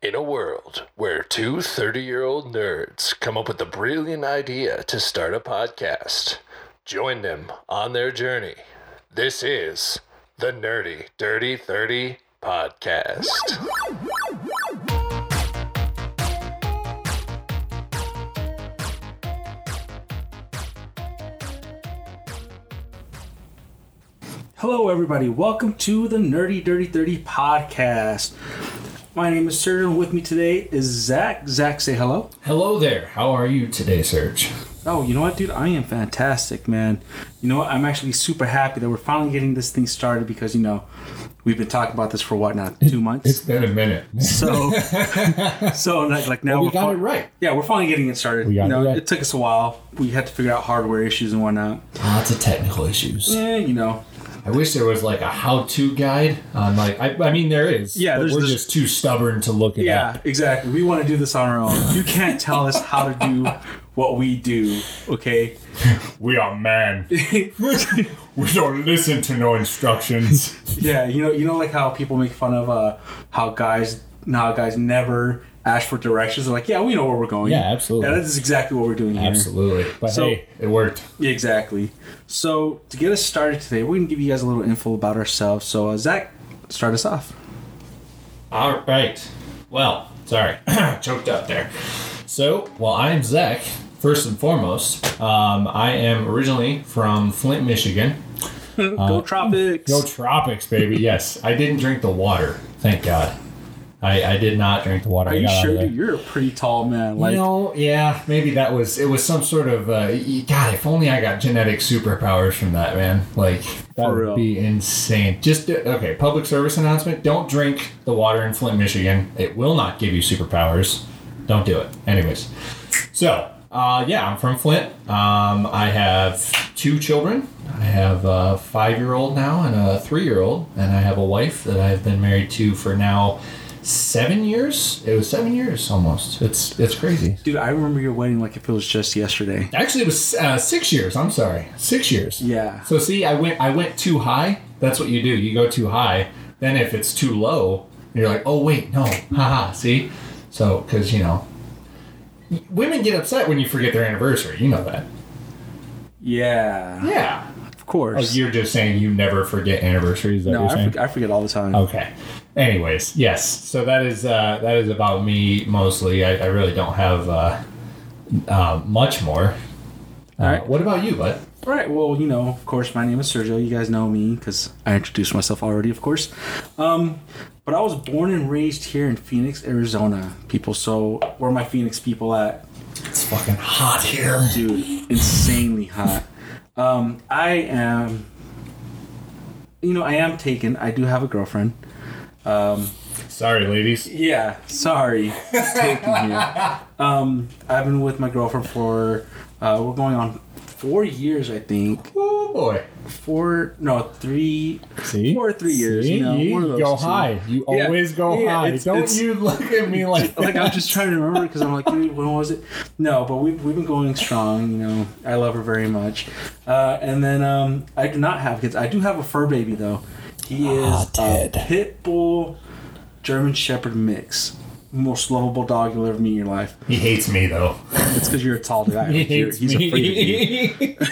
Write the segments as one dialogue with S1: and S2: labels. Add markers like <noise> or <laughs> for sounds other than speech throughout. S1: In a world where two 30 year old nerds come up with the brilliant idea to start a podcast, join them on their journey. This is the Nerdy Dirty 30 Podcast.
S2: Hello, everybody. Welcome to the Nerdy Dirty 30 podcast. My name is Sergio, and with me today is Zach. Zach, say hello.
S3: Hello there. How are you today, Serge?
S2: Oh, you know what, dude? I am fantastic, man. You know what? I'm actually super happy that we're finally getting this thing started because, you know, we've been talking about this for what now? Two
S3: It's
S2: months?
S3: been a minute. <laughs>
S2: So, so like, like now
S3: we
S2: we're
S3: got
S2: fin-
S3: it right.
S2: Yeah, we're finally getting it started.
S3: We got
S2: you know,
S3: it right.
S2: it took us a while. We had to figure out hardware issues and whatnot.
S3: Lots of technical issues.
S2: Yeah, you know,
S3: I wish there was like a how-to guide on like. I, I mean, there is.
S2: Yeah,
S3: but
S2: there's
S3: we're
S2: this-
S3: just too stubborn to look it
S2: Yeah,
S3: up.
S2: exactly. We want to do this on our own. You can't tell us how to do what we do,
S3: <laughs>
S2: okay?
S3: We are
S2: <laughs>
S3: man. we don't listen to
S2: <laughs>
S3: no instructions.
S2: yeah, you know, you know, like how people make fun of uh, how guys, how guys never ask for directions. They're like, yeah, we know where we're going.
S3: Yeah, absolutely.
S2: Yeah, that is exactly what we're doing here.
S3: Absolutely. But
S2: So-
S3: hey, it worked.
S2: Yeah, exactly. So to get us started today, we're gonna give you guys a little info about ourselves. So uh, Zach, start us off.
S3: All right. Well, sorry, <clears throat> choked up there. So, well, I'm Zach. First and foremost, um, I am originally from Flint, Michigan.
S2: Go Tropics.
S3: Uh, Go tropics, baby. yes, I didn't drink the water. Thank God. I, I did not drink the water.
S2: Are
S3: I
S2: you
S3: got out of
S2: sure?
S3: there.
S2: Dude, you're a pretty tall man. Like,
S3: you know, yeah, maybe that was it. Was some sort of uh, y- God? If only I got genetic superpowers from that man. Like that
S2: For
S3: would
S2: real.
S3: be insane. Just do- okay. Public service announcement: Don't drink the water in Flint, Michigan. It will not give you superpowers. Don't do it. Anyways, so uh, yeah, I'm from Flint. Um, I have two children. I have a five-year-old now and a three-year-old, and I have a wife that I've been married to for now. Seven years? It was seven years almost. It's it's crazy.
S2: dude, I remember your wedding like if it was just yesterday.
S3: Actually, it was uh, six years. I'm sorry, six years.
S2: Yeah.
S3: So see, I went I went too high. That's what you do. You go too high. Then if it's too low, you're like, oh wait, no, haha. See, so because you know, women get upset when you forget their anniversary. You know that.
S2: Yeah,
S3: Yeah.
S2: of course.
S3: Oh, you're just saying you never forget anniversaries. Is that what
S2: No,
S3: you're
S2: I,
S3: saying?
S2: forg I forget all the time.
S3: Okay. Anyways, yes. So that is uh, that is about me mostly. I, I really don't have uh, uh, much more. Uh,
S2: All right.
S3: What about you, bud?
S2: All right. Well, you know, of course, my name is Sergio. You guys know me because I introduced myself already, of course. Um, but I was born and raised here in Phoenix, Arizona, people. So where are my Phoenix people at?
S3: It's fucking hot here.
S2: Dude, insanely hot. Um, I am, you know, I am taken. I do have a girlfriend.
S3: Sorry, ladies.
S2: Yeah, sorry. Taken here. Um, I've been with my girlfriend for, uh, we're going on four years, I think.
S3: Oh boy.
S2: Four, no, three,
S3: See,
S2: Four or three years,
S3: See?
S2: you know, one of those
S3: go
S2: two.
S3: high. You
S2: Yeah.
S3: always go
S2: Yeah,
S3: high.
S2: it's-
S3: Don't
S2: it's-
S3: you look at me like
S2: <laughs>
S3: that.
S2: like I'm just trying to remember because I'm like, dude, when was it? No, but we've, we've been going strong. You know, I love her very much. Uh, and then um, I do not have kids. I do have a fur baby though. He is
S3: Ah,
S2: a
S3: Ted.
S2: pit bull German Shepherd mix. Most lovable dog you'll ever meet in your life.
S3: He hates me though.
S2: It's because you're a tall guy.
S3: He
S2: Like, you're-
S3: hates
S2: he's
S3: me.
S2: afraid of you.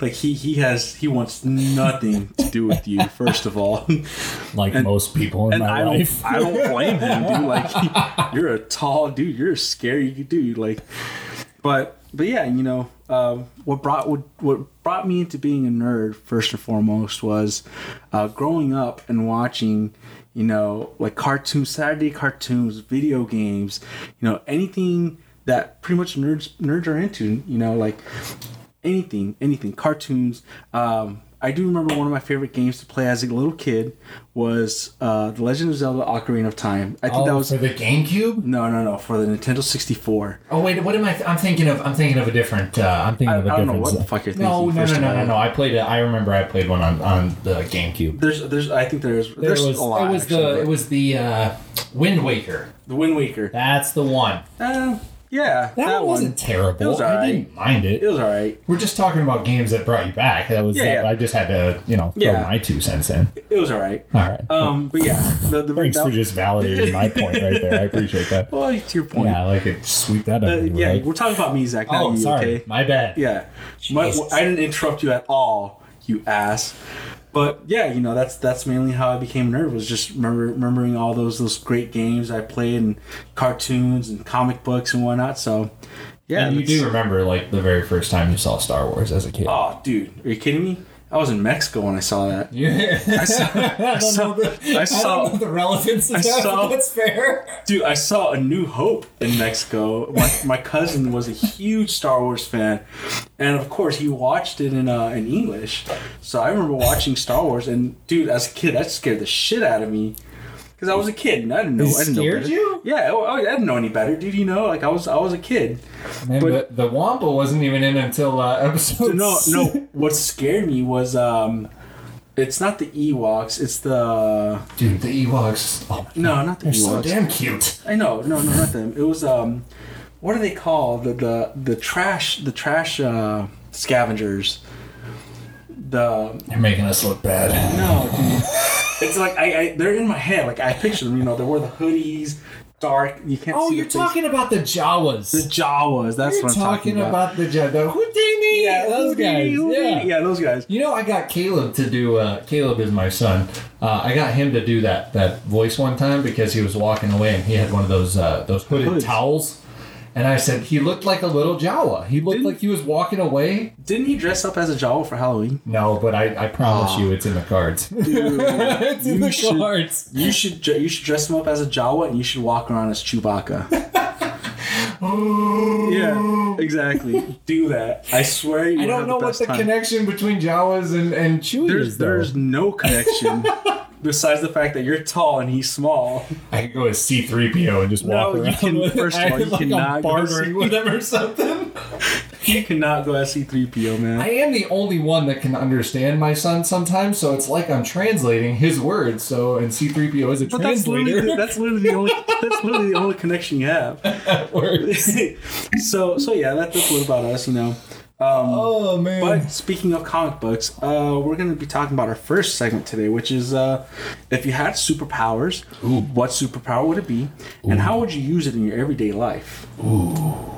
S2: Like he he has he wants nothing to do with you. First of all,
S3: <laughs>
S2: <laughs>
S3: like most people in
S2: and
S3: my
S2: I don't
S3: life.
S2: I don't
S3: <laughs>
S2: blame him, dude. Like <laughs> you're a tall dude. You're a scary dude. Like, but but yeah, you know, um, what brought what, what brought me into being a nerd first and foremost was uh, growing up and watching. You know, like cartoons, Saturday cartoons, video games, you know, anything that pretty much nerds nerds are into. You know, like anything, anything, cartoons. Um, I do remember one of my favorite games to play as a little kid was uh, The Legend of Zelda: Ocarina of Time. I think
S3: Oh,
S2: that was
S3: for the GameCube.
S2: no, no, no, for the Nintendo 64.
S3: Oh wait, what am I? Th- I'm thinking of. I'm thinking of a different. Uh, I'm thinking
S2: I-
S3: of a
S2: I don't know
S3: different.
S2: what the
S3: z-
S2: fuck you're
S3: No,
S2: thinking,
S3: no,
S2: first
S3: no,
S2: of
S3: no, no,
S2: all.
S3: no. I played. A, I remember I played one on on the GameCube.
S2: There's, there's, I think there's, there's
S3: it was,
S2: a lot.
S3: it was
S2: actually,
S3: the
S2: but-
S3: it was the uh, Wind Waker.
S2: the Wind Waker.
S3: That's the one.
S2: Uh, Yeah,
S3: That, one wasn't terrible.
S2: It was
S3: I
S2: alright.
S3: didn't mind it.
S2: It was all right.
S3: We're just talking about games that brought you back. That was
S2: Yeah, yeah.
S3: I just had to, you know, throw
S2: Yeah.
S3: my two cents in.
S2: It was all right.
S3: All right.
S2: Um, but yeah, the, the
S3: Thanks
S2: that-
S3: for just validating
S2: <laughs>
S3: my point right there. I appreciate that.
S2: Well, it's your point.
S3: Yeah, I like it. Sweep that
S2: Uh,
S3: up.
S2: yeah, we're talking about me, Zach. Not
S3: Oh,
S2: you,
S3: sorry.
S2: okay?
S3: My bad.
S2: Yeah, My,
S3: Jesus.
S2: I didn't interrupt you at all, you ass. But yeah, you know that's that's mainly how I became a nerd was just remember remembering all those those great games I played and cartoons and comic books and whatnot. So yeah,
S3: And you
S2: that's-
S3: do remember like the very first time you saw Star Wars as a kid.
S2: Oh, dude, are you kidding me? I was in Mexico when I saw that.
S3: Yeah. <laughs> <laughs> I don't
S2: saw-
S3: know the-
S2: I
S3: I
S2: saw-
S3: don't know the relevance of
S2: I
S3: that.
S2: saw-
S3: but That's fair.
S2: Dude, I saw A New Hope in Mexico. My, my cousin was a huge Star Wars fan, and of course he watched it in uh, in English. So I remember watching Star Wars, and dude, as a kid, that scared the shit out of me because I was a kid and I didn't know.
S3: It
S2: I didn't know
S3: scared
S2: better.
S3: you?
S2: Yeah, I, I didn't know any better, dude. You know, like I was I was a kid.
S3: Man,
S2: But-
S3: the, the Wampa wasn't even in until uh, <laughs> episode.
S2: No,
S3: six. <laughs>
S2: no. What scared me was um, it's not the Ewoks. It's the
S3: dude, the Ewoks. Oh my
S2: no, not the
S3: They're
S2: Ewoks.
S3: so damn cute.
S2: I know, no, no, not them. It was um, what do they call the the the trash the trash uh, scavengers? The
S3: You're making us look bad.
S2: no,
S3: <laughs>
S2: dude. it's like I, I they're in my head. Like I picture them. You know, they wear the hoodies, dark. You can't.
S3: Oh,
S2: see
S3: you're
S2: the
S3: talking about the
S2: the
S3: Jawas.
S2: Jawas. That's
S3: You're
S2: what I'm talking,
S3: talking about the Jawas. The Houdini.
S2: Yeah,
S3: those guys. Yeah.
S2: <laughs> yeah, those guys.
S3: You know, I got Caleb to do. Uh, Caleb is my son. Uh, I got him to do that that voice one time because he was walking away and he had one of those uh, those hooded
S2: Hoods.
S3: towels. And I said he looked like a little Jawa. He looked like he was walking away.
S2: Didn't he dress up as a Jawa for Halloween?
S3: No, but I, I promise
S2: Ah.
S3: you, it's in the cards. <laughs> it's in
S2: you
S3: the
S2: should-
S3: cards.
S2: You should dr- you should dress him up as a Jawa and you should walk around as
S3: <laughs>
S2: Chewbacca. yeah, exactly. Do that. I swear you
S3: I don't know what the connection between Jawas and and Chewies
S2: There's
S3: is. though.
S2: there's no connection <laughs> besides the fact that you're tall and he's small.
S3: I could go as C three PO and just
S2: No,
S3: walk
S2: you
S3: around.
S2: can-
S3: <laughs> with it.
S2: first of
S3: I
S2: all, you
S3: look like
S2: cannot
S3: I'm
S2: go
S3: bartering
S2: C-
S3: with them or something.
S2: You cannot go as C3PO, man.
S3: <laughs> I am the only one that can understand my son sometimes, so it's like I'm translating his words. So, and C3PO is a
S2: but that's
S3: translator.
S2: literally, that's literally the only that's literally the only connection you have.
S3: that works.
S2: <laughs> so so yeah, that, that's what about us, you know.
S3: Oh man!
S2: But speaking of comic books, uh, we're going to be talking about our first segment today, which is uh, if you had superpowers, what superpower would it be, and how would you use it in your everyday life? Ooh.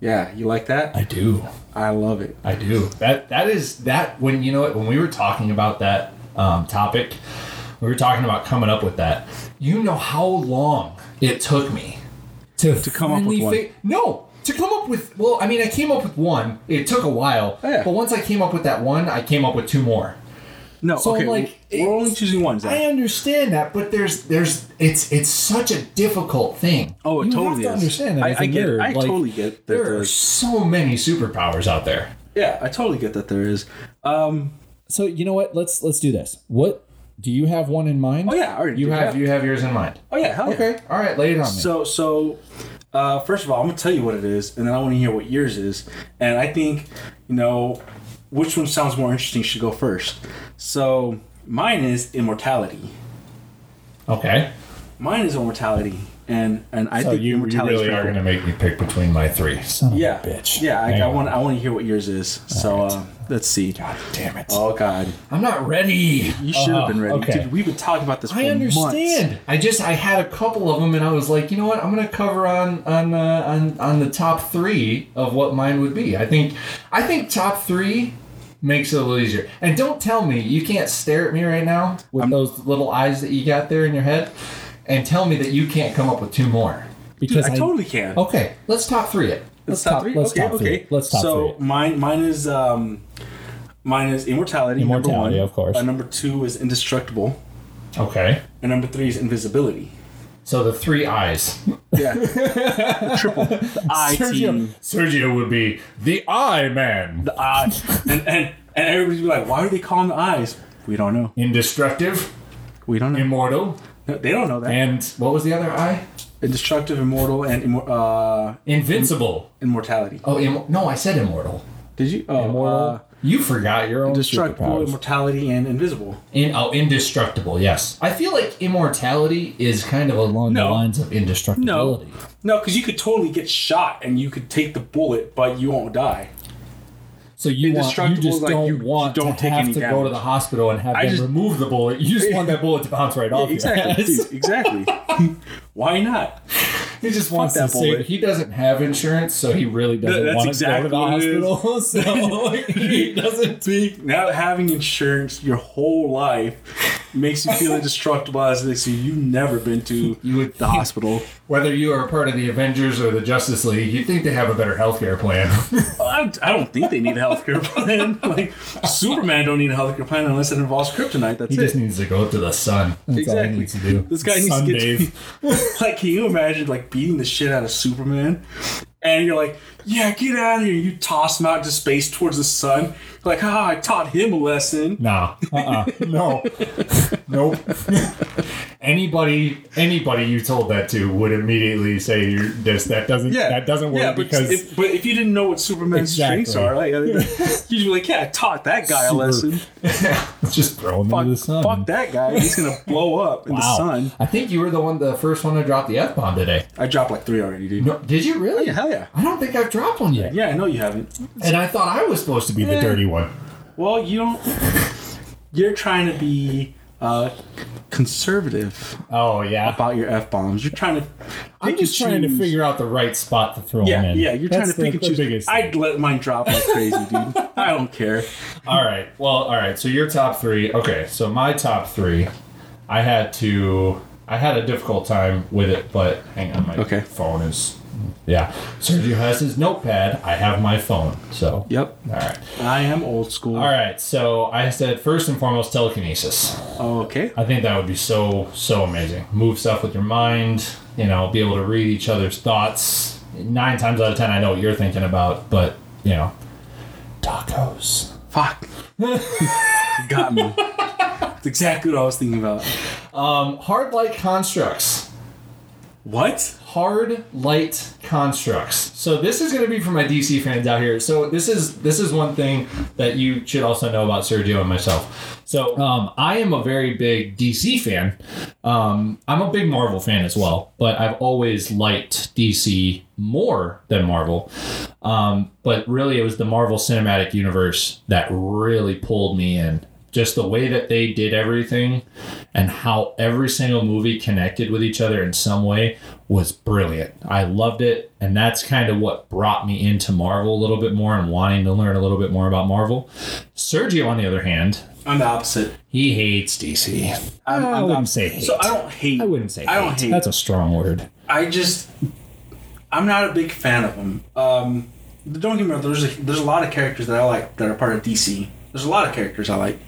S2: Yeah, you like that?
S3: I do,
S2: I love it.
S3: I do. That that is that when you know it. When we were talking about that um, topic, we were talking about coming up with that. You know how long it took me to to
S2: come up with one.
S3: no. To come up with, well, I mean, I came up with one. It took a while,
S2: Oh, yeah.
S3: but once I came up with that one, I came up with two more.
S2: No,
S3: So,
S2: okay,
S3: like,
S2: we're we're only
S3: it's-
S2: choosing one,
S3: I
S2: Zach.
S3: understand that, but there's there's it's it's such a difficult thing.
S2: Oh, it
S3: you
S2: totally
S3: have
S2: is.
S3: to understand that.
S2: I-
S3: as a
S2: I get it.
S3: nerd,
S2: I
S3: like,
S2: totally get that
S3: There are
S2: there's-
S3: so many superpowers out there.
S2: Yeah, I totally get that there is. Um,
S3: So you know what? Let's let's do this. What do you have one in mind?
S2: Oh, yeah, I already
S3: you
S2: do,
S3: have
S2: yeah.
S3: you have yours in mind.
S2: oh yeah, hell yeah.
S3: Okay, all right, lay it on me.
S2: So so, uh, first of all, I'm gonna tell you what it is, and then I want to hear what yours is, and I think you know which one sounds more interesting should go first. So mine is immortality.
S3: okay,
S2: Mine is immortality, and and I
S3: so
S2: think
S3: Oh, you, you
S2: immortality
S3: really
S2: is
S3: are
S2: pretty
S3: going to make me pick between my three. Son
S2: cool. Yeah,
S3: of a bitch.
S2: yeah. I,
S3: Hang
S2: I
S3: on.
S2: want I want to hear what yours is. So uh, let's see.
S3: God damn it!
S2: Oh God,
S3: I'm not ready.
S2: you should have been ready.
S3: Okay.
S2: Dude, we've been talking about this. For
S3: I
S2: Months.
S3: understand. I just I had a couple of them, and I was like, you know what? I'm gonna cover on on uh, on on the top three of what mine would be. I think I think top three makes it a little easier. And don't tell me you can't stare at me right now with those little eyes that you got there in your head, and tell me that you can't come up with two more
S2: Dude,
S4: because
S2: I totally can.
S3: Okay, let's top three it.
S2: Let's top three.
S4: let's
S2: okay,
S4: top
S2: okay.
S4: three. Let's top
S2: so
S4: three.
S2: mine, mine is um, mine is immortality. number
S4: Immortality,
S2: one.
S4: of course.
S2: Uh, number two is indestructible,
S3: Okay.
S2: and number three is invisibility.
S3: So the three eyes.
S4: <laughs>
S2: Yeah, triple. The I team.
S3: Sergio would be the Eye Man.
S2: The I and and and everybody's be like, why do they call them the eyes? We don't know.
S3: Indestructive,
S2: We don't know.
S3: immortal,
S2: No, they don't know that.
S3: and what was the other eye?
S2: Indestructive, immortal, and immor- uh,
S3: Invincible.
S2: immortality.
S3: Oh, Im- no, I said immortal.
S2: Did you? Oh,
S4: Immortal.
S2: uh,
S3: You forgot your own
S2: Destructible,
S3: superpowers.
S2: immortality, and invisible.
S3: In, oh, indestructible. Yes, I feel like immortality is kind of along the
S2: No.
S3: lines of indestructibility.
S2: No, because you could totally get shot and you could take the bullet, but you won't die.
S3: So you want you
S2: Indestructible is
S3: just
S2: like
S3: don't
S2: you
S3: want
S2: don't
S3: to
S2: take
S3: have
S2: any
S3: to go to
S2: damage.
S3: the hospital and have
S2: I
S3: them
S2: just-
S3: remove the bullet. You just want
S2: <laughs>
S3: that bullet to bounce right off. <laughs>
S2: Exactly.
S3: Your ass.
S2: dude, exactly. <laughs> Why not?
S3: He just wants
S2: that
S3: to save.
S2: bullet.
S3: He doesn't have insurance, so he really doesn't
S2: that's
S3: want
S2: exactly
S3: to go
S2: what it
S3: to
S2: is.
S3: the hospital.
S2: <laughs>
S3: <laughs> So he doesn't.
S2: See, now having insurance your whole life makes you feel indestructible as they say you've never been to
S3: You would
S2: the hospital.
S3: Whether you are a part of the Avengers or the Justice League, you'd think they have a better healthcare plan. <laughs>
S2: I, I don't think they need a healthcare plan. <laughs> Like Superman don't need a healthcare plan unless it involves kryptonite. That's
S3: he
S2: it.
S3: just needs to go up to the sun. That's all
S2: Exactly.
S3: he needs to do.
S2: This guy needs to <laughs>
S3: Sunbathe.
S2: get like, can you imagine like beating the shit out of Superman? And you're like, yeah, get out of here. You toss him out into space towards the sun. You're like, ha, I taught him a lesson.
S3: Nah. Uh-uh. No. nope. <laughs> anybody anybody you told that to would immediately say you're this that doesn't that doesn't work
S2: yeah, but
S3: because
S2: if, but if you didn't know what Superman's
S3: Exactly.
S2: strengths are,
S3: <laughs>
S2: like, you'd be like, yeah, I taught that guy a
S3: Super-
S2: lesson.
S3: <laughs> it's just throw them
S2: Fuck,
S3: into the sun.
S2: fuck that guy. He's
S3: <laughs>
S2: gonna blow up in the
S3: Wow.
S2: sun.
S3: I think you were the one the first one to drop the F bomb today.
S2: I dropped like three already, dude.
S3: No did you really?
S2: Oh, Yeah, hell yeah.
S3: I don't think I've dropped one yet.
S2: Yeah, I know you haven't.
S3: And I thought I was supposed to be the
S2: Yeah.
S3: dirty one.
S2: Well, you don't. You're trying to be uh, conservative
S3: Oh yeah.
S2: about your f bombs. You're trying to.
S3: I'm
S2: pick
S3: just
S2: and
S3: trying to
S2: choose.
S3: figure out the right spot to throw
S2: Yeah,
S3: them in.
S2: yeah. You're trying
S3: That's
S2: to
S3: the,
S2: pick and
S3: the
S2: choose.
S3: biggest
S2: I'd let mine drop like crazy, dude. I don't care.
S3: All right. Well, all right. So your top three. Okay. So my top three. I had to. I had a difficult time with it, but hang on. My
S2: Okay.
S3: phone is. Yeah. Sergio has his notepad. I have my phone. So.
S2: Yep.
S3: All right.
S2: I am old school.
S3: All right. So I said first and foremost telekinesis.
S2: okay.
S3: I think that would be so so amazing. Move stuff with your mind. You know, be able to read each other's thoughts. Nine times out of ten, I know what you're thinking about, but you know, tacos.
S2: Fuck. You <laughs> Got me. That's exactly what I was thinking about.
S3: Um, hard light constructs.
S2: What?
S3: Hard light constructs. So this is going to be for my DC fans out here. So this is this is one thing that you should also know about Sergio and myself. So um, I am a very big DC fan. Um, I'm a big Marvel fan as well, but I've always liked DC more than Marvel. Um, but really, it was the Marvel Cinematic Universe that really pulled me in. Just the way that they did everything and how every single movie connected with each other in some way was brilliant. I loved it. And that's kind of what brought me into Marvel a little bit more and wanting to learn a little bit more about Marvel. Sergio, on the other hand,
S2: I'm the opposite.
S3: he hates DC.
S2: I'm,
S3: I
S2: I'm
S3: wouldn't
S2: not
S3: say hate.
S2: Oh. So I don't hate.
S3: I wouldn't say
S2: I don't hate.
S3: That's a strong word.
S2: I just I'm not a big fan of them. Um, don't get me wrong. There's a, there's a lot of characters that I like that are part of DC. There's a lot of characters I like,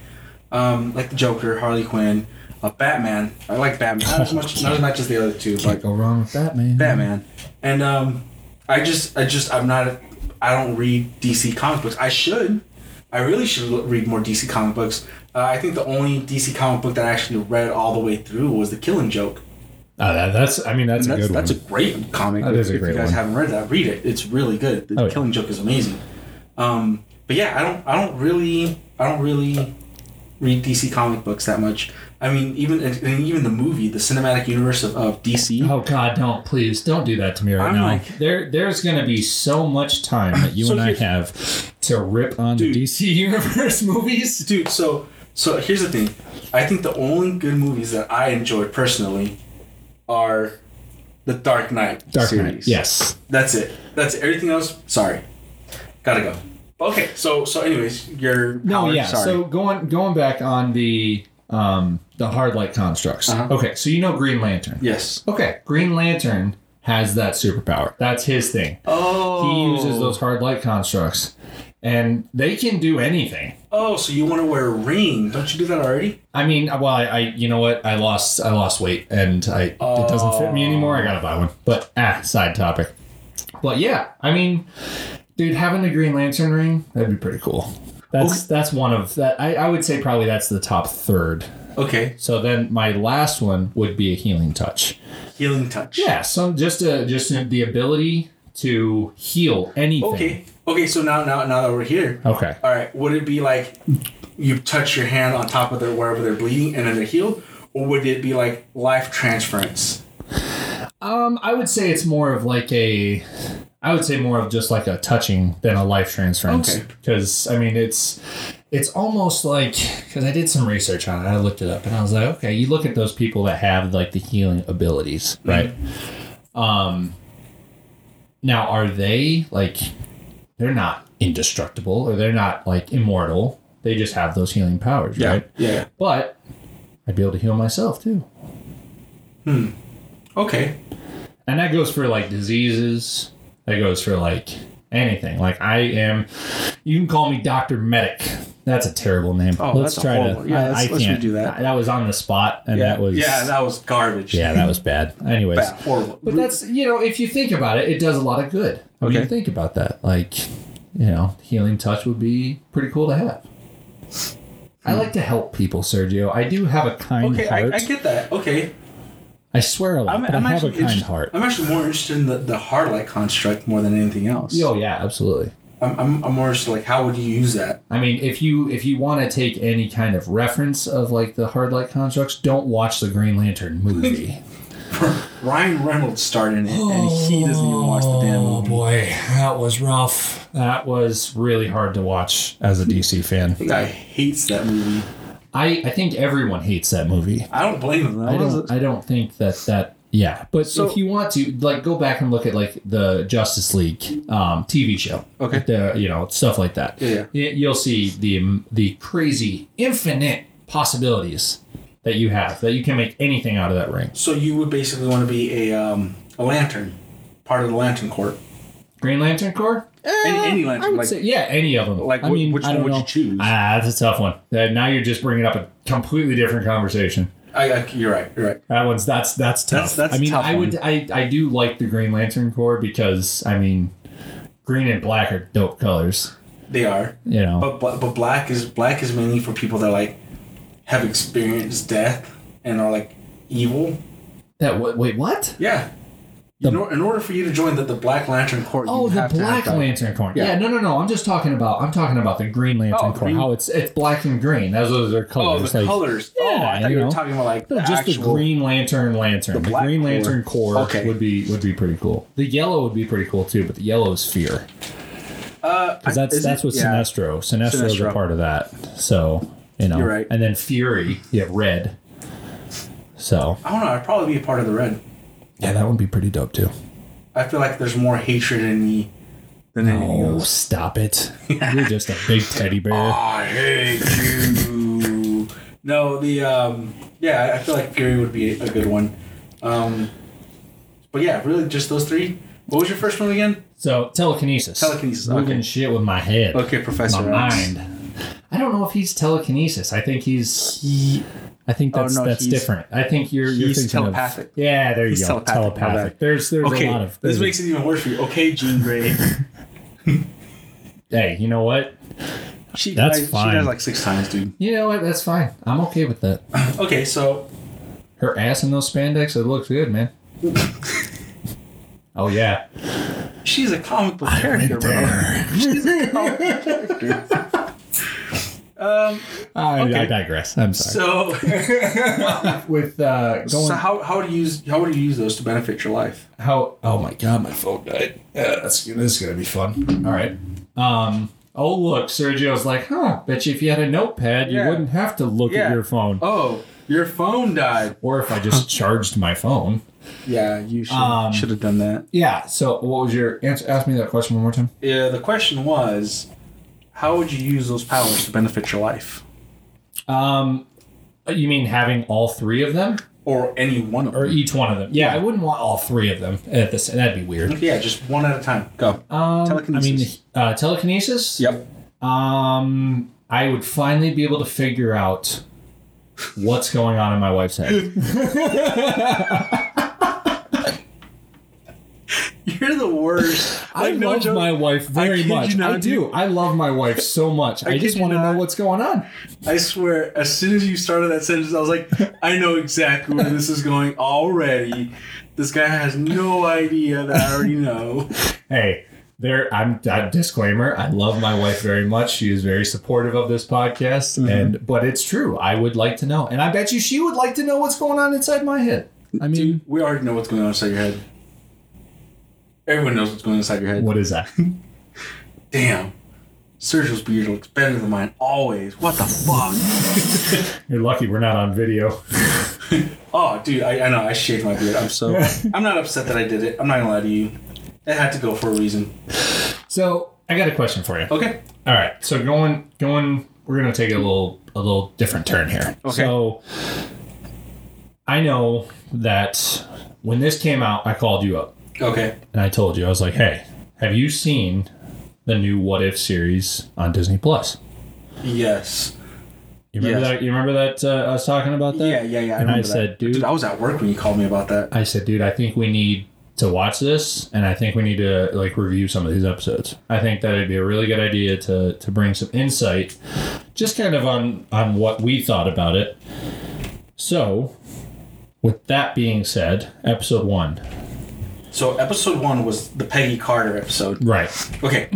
S2: um, like the Joker, Harley Quinn, uh, Batman. I like Batman not as much not as much as the other two, but
S3: go wrong with Batman.
S2: Batman. And um, I just I just I'm not I don't read DC comic books. I should. I really should l- read more DC comic books. Uh, I think the only DC comic book that I actually read all the way through was The Killing Joke.
S3: Uh, that, that's, I mean, that's a
S2: That's,
S3: good
S2: that's a
S3: one.
S2: great comic.
S3: That is a
S2: if
S3: great
S2: you guys
S3: one.
S2: haven't read that, read it. It's really good. The
S3: Oh, yeah.
S2: Killing Joke is amazing. Um, but yeah, I don't I don't really I don't really read DC comic books that much. I mean, even and even the movie, the cinematic universe of, of DC.
S3: Oh God! Don't please don't do that to me right
S2: I'm
S3: now.
S2: like-
S3: there, there's gonna be so much time that you
S2: So
S3: and I
S2: here's-
S3: have to rip on
S2: Dude.
S3: the DC <laughs> Universe movies.
S2: Dude, so so here's the thing. I think the only good movies that I enjoy personally are the Dark Knight
S3: Dark Knight.
S2: series.
S3: Yes.
S2: That's it. That's it. everything else. Sorry, gotta go. Okay, so so anyways, your
S3: No.
S2: Howard,
S3: yeah.
S2: Sorry.
S3: So going going back on the um the hard light constructs.
S2: Uh-huh.
S3: Okay. So you know Green Lantern.
S2: yes.
S3: Okay. Green Lantern has that superpower. That's his thing.
S2: Oh.
S3: He uses those hard light constructs, and they can do anything.
S2: Oh, so you want to wear a ring? Don't you do that already?
S3: I mean, well, I, I you know what? I lost I lost weight and I it doesn't fit me anymore. I gotta buy one. But ah, side topic. But yeah, I mean, dude, having the Green Lantern ring that'd be pretty cool. That's that's one of that. I, I would say probably that's the top third.
S2: Okay.
S3: So then my last one would be a healing touch.
S2: Healing touch.
S3: uh, Yeah, so just a just a, the ability to heal anything.
S2: Okay. Okay, so now now now that we're here.
S3: Okay.
S2: All right, would it be like you touch your hand on top of their wherever they're bleeding and then they're healed, or would it be like life transference?
S3: Um, I would say it's more of like a, I would say more of just like a touching than a life transference.
S2: Okay.
S3: Because I mean, it's, it's almost like because I did some research on it. I looked it up and I was like, okay, you look at those people that have like the healing abilities,
S2: Mm-hmm.
S3: right? Um, now are they like, they're not indestructible or they're not like immortal. They just have those healing powers, right?
S2: Yeah.
S3: But I'd be able to heal myself too.
S2: Okay.
S3: and that goes for like diseases that goes for like anything like i am you can call me dr medic that's a terrible name
S2: Oh,
S3: let's
S2: that's a
S3: try
S2: horrible-
S3: to
S2: yeah,
S3: I-
S2: let's-
S3: I,
S2: let's
S3: can't
S2: redo that.
S3: that was on the spot and that was
S2: yeah, that was garbage.
S3: yeah that
S2: <laughs>
S3: was bad anyways
S2: Bad, horrible.
S3: but that's you know if you think about it it does a lot of good when you
S2: Okay.
S3: think about that like you know healing touch would be pretty cool to have
S2: Hmm.
S3: I like to help people, Sergio. I do have a kind
S2: okay.
S3: heart.
S2: I, I get that. Okay.
S3: I swear a lot,
S2: I'm,
S3: but
S2: I'm
S3: I have a
S2: actually
S3: kind
S2: interest-
S3: heart.
S2: I'm actually more interested in the, the hard light construct more than anything else.
S3: Oh yeah, absolutely.
S2: I'm, I'm, I'm more interested like how would you use that? <laughs>
S3: I mean, if you if you want to take any kind of reference of like the hard light constructs, don't watch the Green Lantern movie.
S2: Ryan Reynolds starred in it, and he doesn't even watch the damn movie.
S3: <laughs> Oh, boy, that was rough. That was really hard to watch as a DC fan.
S2: The guy hates that movie.
S3: I I think everyone hates that movie.
S2: I don't blame him. That
S3: I
S2: was
S3: don't I don't think that that yeah. But
S2: So-
S3: if you want to like go back and look at like the Justice League um, TV show,
S2: Okay.
S3: the you know stuff like that,
S2: Yeah,
S3: Y- you'll see the the crazy infinite possibilities that you have that you can make anything out of that ring.
S2: So you would basically want to be a um, a lantern, part of the lantern court.
S3: Green Lantern Corps.
S2: Any, any
S3: Uh, I
S2: lantern,
S3: would
S2: like
S3: say, yeah, any of them.
S2: like,
S3: I
S2: wh-
S3: mean,
S2: which
S3: I
S2: one
S3: don't
S2: would you
S3: know.
S2: choose?
S3: Ah, that's a tough one. That- now you're just bringing up a completely different conversation.
S2: I, I, you're right, you're right.
S3: That one's that's that's tough.
S2: That's- that's
S3: I mean,
S2: tough
S3: I
S2: one.
S3: would I I do like the Green Lantern Corps because I mean, green and black are dope colors.
S2: They are,
S3: You know,
S2: but but, but black is black is mainly for people that like have experienced death and are like evil.
S3: that what wait what?
S2: Yeah. in, or, in order for you to join the, the Black Lantern Court,
S3: Oh,
S2: you
S3: the
S2: have to have
S3: Black
S2: that.
S3: Lantern Corps. Yeah.
S2: Yeah.
S3: no, no, no. I'm just talking about. I'm talking about the Green Lantern
S2: Oh,
S3: Corps.
S2: green-
S3: How it's it's black and green. Those are their
S2: Oh,
S3: colors.
S2: the
S3: like-
S2: colors. oh,
S3: Yeah,
S2: I thought
S3: you
S2: you,
S3: know.
S2: were talking about like
S3: No,
S2: the
S3: just
S2: actual.
S3: the Green Lantern lantern. The,
S2: black
S3: Green
S2: Corps.
S3: Lantern Corps
S2: Okay.
S3: would be would be pretty cool. The yellow would be pretty cool too, but the yellow is fear.
S2: Uh,
S3: Because that's
S2: is
S3: that's
S2: it?
S3: what
S2: Yeah.
S3: Sinestro. Sinestro's a
S2: Sinestro.
S3: part of that. So you know,
S2: You're right.
S3: and then Fury, you have red. So
S2: I don't know. I'd probably be a part of the red.
S3: yeah, that would be pretty dope too.
S2: I feel like there's more hatred in me than anything
S3: Oh,
S2: else.
S3: stop it! You're just a big teddy
S2: <laughs>
S3: bear.
S2: I hate you. No, the um, yeah, I- I feel like Gary would be a good one. Um, but yeah, really, just those three. What was your first one again?
S3: So telekinesis.
S2: Telekinesis,
S3: Moving
S2: okay.
S3: shit with my head.
S2: Okay, Professor
S3: My
S2: X.
S3: mind. I don't know if he's telekinesis. I think he's. I think
S2: Oh,
S3: that's
S2: no,
S3: that's
S2: he's-
S3: different. I think you're you're
S2: he's
S3: thinking of-
S2: telepathic.
S3: yeah, there you
S2: He's
S3: go.
S2: telepathic, my
S3: Telepathic.
S2: bad.
S3: There's there's
S2: Okay,
S3: a lot of
S2: this
S3: there's a-
S2: makes it even worse for you. Okay, Jean
S3: <laughs>
S2: Grey.
S3: Hey, you know what?
S2: She
S3: That's
S2: dies,
S3: fine.
S2: She dies like six times, dude.
S3: You know what? That's fine. I'm okay with that.
S2: Okay, so
S3: Her ass in those spandex, it looks good, man. oh yeah.
S2: she's a comic book character, bro.
S3: <laughs>
S2: <laughs>
S3: I, I
S2: Um, Okay.
S3: digress. I'm sorry.
S2: So,
S3: with uh, going
S2: so how, how would you use how would you use those to benefit your life?
S3: How? Oh my god, my phone died. Yeah, that's this is gonna be fun. All right. Um. Oh look, Sergio's like, huh? Bet you if you had a notepad, you
S2: Yeah.
S3: wouldn't have to look at
S2: Yeah.
S3: your phone.
S2: Oh, your phone died.
S3: Or if I just charged my phone.
S2: Yeah, you should
S3: Um,
S2: should have done that.
S3: Yeah. So what was your answer? Ask me that question one more time.
S2: Yeah, the question was, how would you use those powers to benefit your life,
S3: Um. You mean having all three of them,
S2: or any one of
S3: or
S2: them?
S3: each one of them? Yeah, I wouldn't want all three of them at this. That'd be weird.
S2: yeah, just one at a time. Go.
S3: Um,
S2: Telekinesis.
S3: I mean, uh, telekinesis.
S2: Yep.
S3: Um, I would finally be able to figure out what's going on in my wife's head.
S2: <laughs> You're the worst.
S3: I
S2: Like, no
S3: love
S2: joke.
S3: my wife very
S2: kid
S3: much.
S2: you not,
S3: I do. I love my wife so
S2: <laughs>
S3: much. I,
S2: kid
S3: just
S2: you
S3: want to know
S2: not.
S3: what's going on.
S2: I swear, as soon as you started that sentence, I was like, I know exactly where this is going
S3: <laughs>
S2: already. This guy has no idea that I already know.
S3: Hey, there I'm I, disclaimer. I love my wife very much. She is very supportive of this podcast,
S2: Mm-hmm.
S3: and but it's true. I would like to know, and I bet you she would like to know what's going on inside my head. I mean,
S2: Dude, we already know what's going on inside your head. Everyone knows what's going on inside your head.
S3: what is that? <laughs>
S2: Damn. Sergio's beard looks better than mine always. What the fuck?
S3: You're lucky we're not on video.
S2: Oh, dude, I, I know. I shaved my beard. I'm
S3: <laughs>
S2: so. I'm not upset that I did it. I'm not gonna lie to you. It had to go for a reason.
S3: So I got a question for you.
S2: Okay.
S3: All right, so going going, we're gonna take a little a little different turn here.
S2: Okay.
S3: So I know that when this came out, I called you up
S2: Okay.
S3: and I told you I was like, "Hey, have you seen the new What If series on Disney Plus?"
S2: Yes.
S3: You remember
S2: Yes.
S3: that? You remember that uh, us talking about that?
S2: Yeah, yeah, yeah. I
S3: and I
S2: remember that.
S3: said, "Dude,
S2: Dude, I was at work when you called me about that.
S3: I said, dude, I think we need to watch this, and I think we need to like review some of these episodes. I think that it'd be a really good idea to to bring some insight, just kind of on on what we thought about it. So, with that being said, episode one,
S2: So episode one was the Peggy Carter episode.
S3: right? <laughs>
S2: Okay.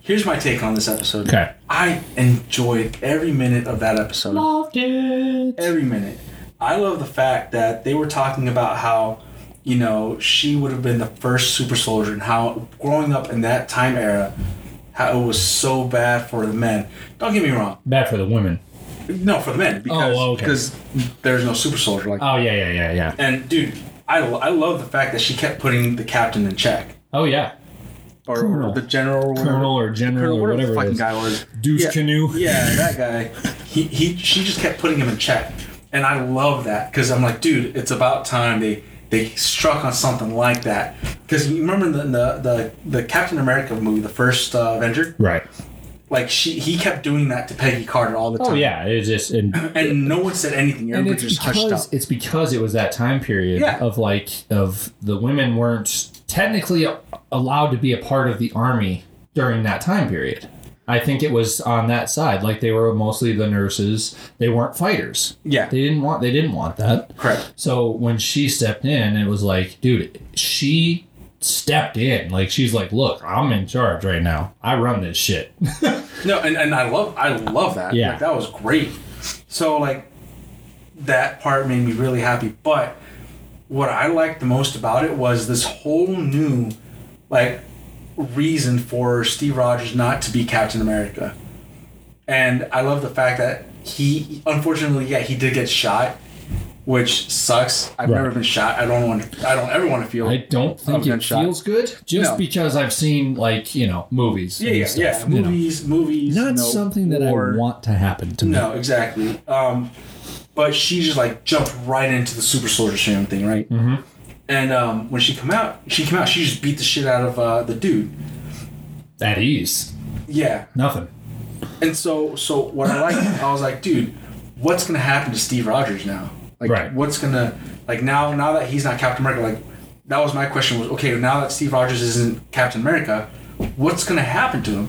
S2: Here's my take on this episode.
S3: Okay,
S2: I enjoyed every minute of that episode.
S3: loved it.
S2: every minute. I love the fact that they were talking about how, you know, she would have been the first super soldier and how growing up in that time era, how it was so bad for the men. Don't get me wrong.
S3: Bad for the women.
S2: No, for the men because
S3: Oh, okay.
S2: because there's no super soldier like.
S3: Oh yeah, yeah, yeah, yeah.
S2: and dude, I, I love the fact that she kept putting the captain in check
S3: Oh yeah,
S2: or,
S3: Colonel.
S2: the general or whatever.
S3: colonel or general
S2: Colonel,
S3: or
S2: whatever the
S3: whatever it
S2: fucking
S3: is.
S2: guy was.
S3: Deuce
S2: yeah.
S3: canoe.
S2: Yeah, that guy. <laughs> He, he she just kept putting him in check, and I love that because I'm like, dude, it's about time they they struck on something like that. Because you remember in the, in the the the Captain America movie, the first uh, Avenger,
S3: Right.
S2: like she he kept doing that to Peggy Carter all the time.
S3: Oh yeah, it's just and
S2: and no one said anything.
S3: and
S2: Everybody
S3: it's
S2: just hushed up.
S3: because it's because it was that time period
S2: Yeah.
S3: of like of the women weren't technically allowed to be a part of the army during that time period. I think it was on that side, like they were mostly the nurses. They weren't fighters.
S2: Yeah.
S3: they didn't want they didn't want that.
S2: Correct.
S3: So when she stepped in, it was like, dude, she stepped in. Like she's like, look, I'm in charge right now. I run this shit.
S2: No, and, and I love I love that.
S3: Yeah.
S2: Like, that was great. So like that part made me really happy. But what I liked the most about it was this whole new like reason for Steve Rogers not to be Captain America. And I love the fact that he unfortunately, yeah, he did get shot, which sucks. I've
S3: Right.
S2: never been shot. I don't want I don't ever want to feel
S3: I don't think
S2: I've been
S3: it
S2: shot.
S3: feels good just
S2: No.
S3: because I've seen like you know movies.
S2: yeah,
S3: and
S2: yeah,
S3: stuff,
S2: yeah.
S3: you know.
S2: Movies, movies.
S3: Not
S2: you know,
S3: something that
S2: war.
S3: I want to happen to me.
S2: No, exactly. Um, but she just like jumped right into the super soldier serum thing, right? Mm-hmm. And um, when she come out, she came out. She just beat the shit out of uh, the dude.
S3: At ease,
S2: Yeah.
S3: nothing.
S2: And so, so what I like, I was like, dude, what's gonna happen to Steve Rogers now? Like,
S3: Right.
S2: what's gonna like now? Now that he's not Captain America, like that was my question. Was okay now that Steve Rogers isn't Captain America, what's gonna happen to him?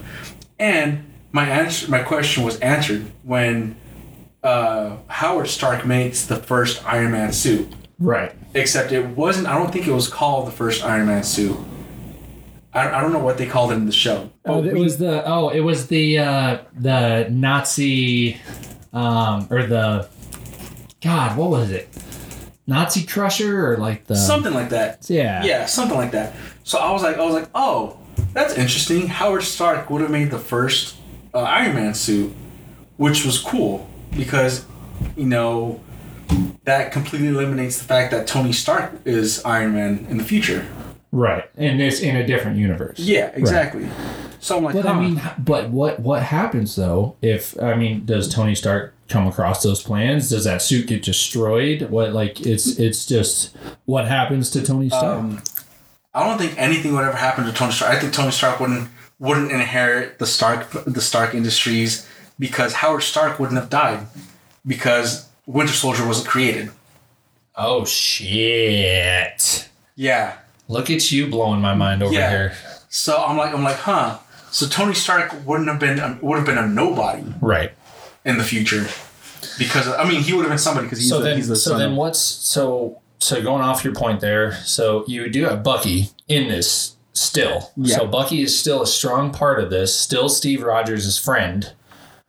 S2: And my answer, my question was answered when uh, Howard Stark makes the first Iron Man suit.
S3: Right.
S2: Except it wasn't. I don't think it was called the first Iron Man suit. I, I don't know what they called it in the show.
S3: Oh, it was the oh, it was the uh, the Nazi, um, or the, God, what was it? Nazi Crusher or like the
S2: something like that.
S3: Yeah.
S2: Yeah, something like that. So I was like, I was like, oh, that's interesting. Howard Stark would have made the first uh, Iron Man suit, which was cool because, you know, that completely eliminates the fact that Tony Stark is Iron Man in the future.
S3: right in this in a different universe.
S2: Yeah, exactly. So I'm like,
S3: But I
S2: huh.
S3: mean, h- but what what happens though? If I mean, does Tony Stark come across those plans? Does that suit get destroyed? What like it's it's just what happens to Tony Stark?
S2: Um, I don't think anything would ever happen to Tony Stark. I think Tony Stark wouldn't wouldn't inherit the Stark the Stark Industries because Howard Stark wouldn't have died because Winter Soldier wasn't created.
S3: oh shit!
S2: Yeah.
S3: Look at you blowing my mind over
S2: Yeah.
S3: here.
S2: So I'm like, I'm like, huh. So Tony Stark wouldn't have been would have been a nobody
S3: Right.
S2: in the future because I mean he would have been somebody because he's
S3: So
S2: the,
S3: then,
S2: he's the
S3: so
S2: son.
S3: then,
S2: of-
S3: what's so so going off your point there? So you do have Bucky in this still.
S2: Yeah.
S3: So Bucky is still a strong part of this, still Steve Rogers' friend.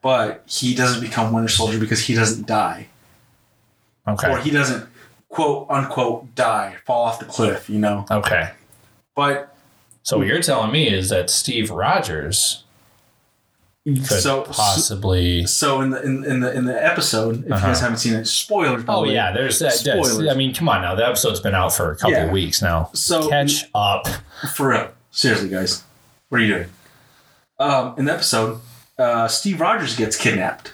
S2: But he doesn't become Winter Soldier because he doesn't die,
S3: Okay.
S2: or he doesn't quote unquote die, fall off the cliff, you know.
S3: okay.
S2: But
S3: So what you're telling me is that Steve Rogers could
S2: so
S3: possibly.
S2: so in the in, in the in the episode, if you guys haven't seen it, spoilers. by the
S3: Uh-huh. Oh
S2: way.
S3: yeah, there's that. that's-
S2: Spoilers.
S3: I mean, come on now. The episode's been out for a couple
S2: Yeah.
S3: weeks now.
S2: So-
S3: catch up.
S2: For real. Seriously, guys. What are you doing? Um, in the episode, uh, Steve Rogers gets kidnapped.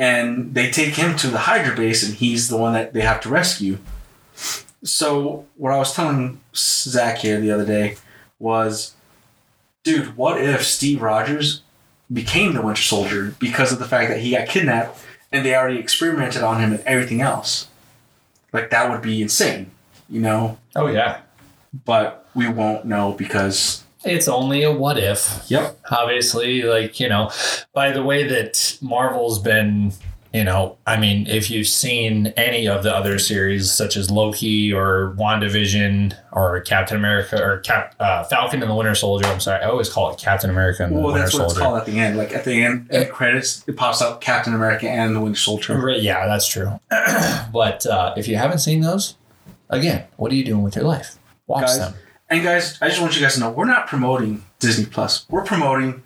S2: And they take him to the Hydra base, and he's the one that they have to rescue. So, what I was telling Zach here the other day was dude, what if Steve Rogers became the Winter Soldier because of the fact that he got kidnapped and they already experimented on him and everything else? Like, that would be insane, you know?
S3: Oh yeah.
S2: but we won't know because
S3: It's only a what if.
S2: yep
S3: obviously like you know by the way that marvel's been you know i mean if you've seen any of the other series such as loki or wandavision or captain america or Cap, uh, falcon and the winter soldier i'm sorry i always call it captain america and the
S2: well
S3: winter
S2: that's what it's
S3: soldier
S2: called at the end like at the end in the credits it pops up captain america and the winter soldier
S3: <clears throat> Right, yeah that's true <clears throat> but uh, if you haven't seen those again what are you doing with your life watch
S2: guys
S3: them
S2: and guys i just want you guys to know we're not promoting disney plus we're promoting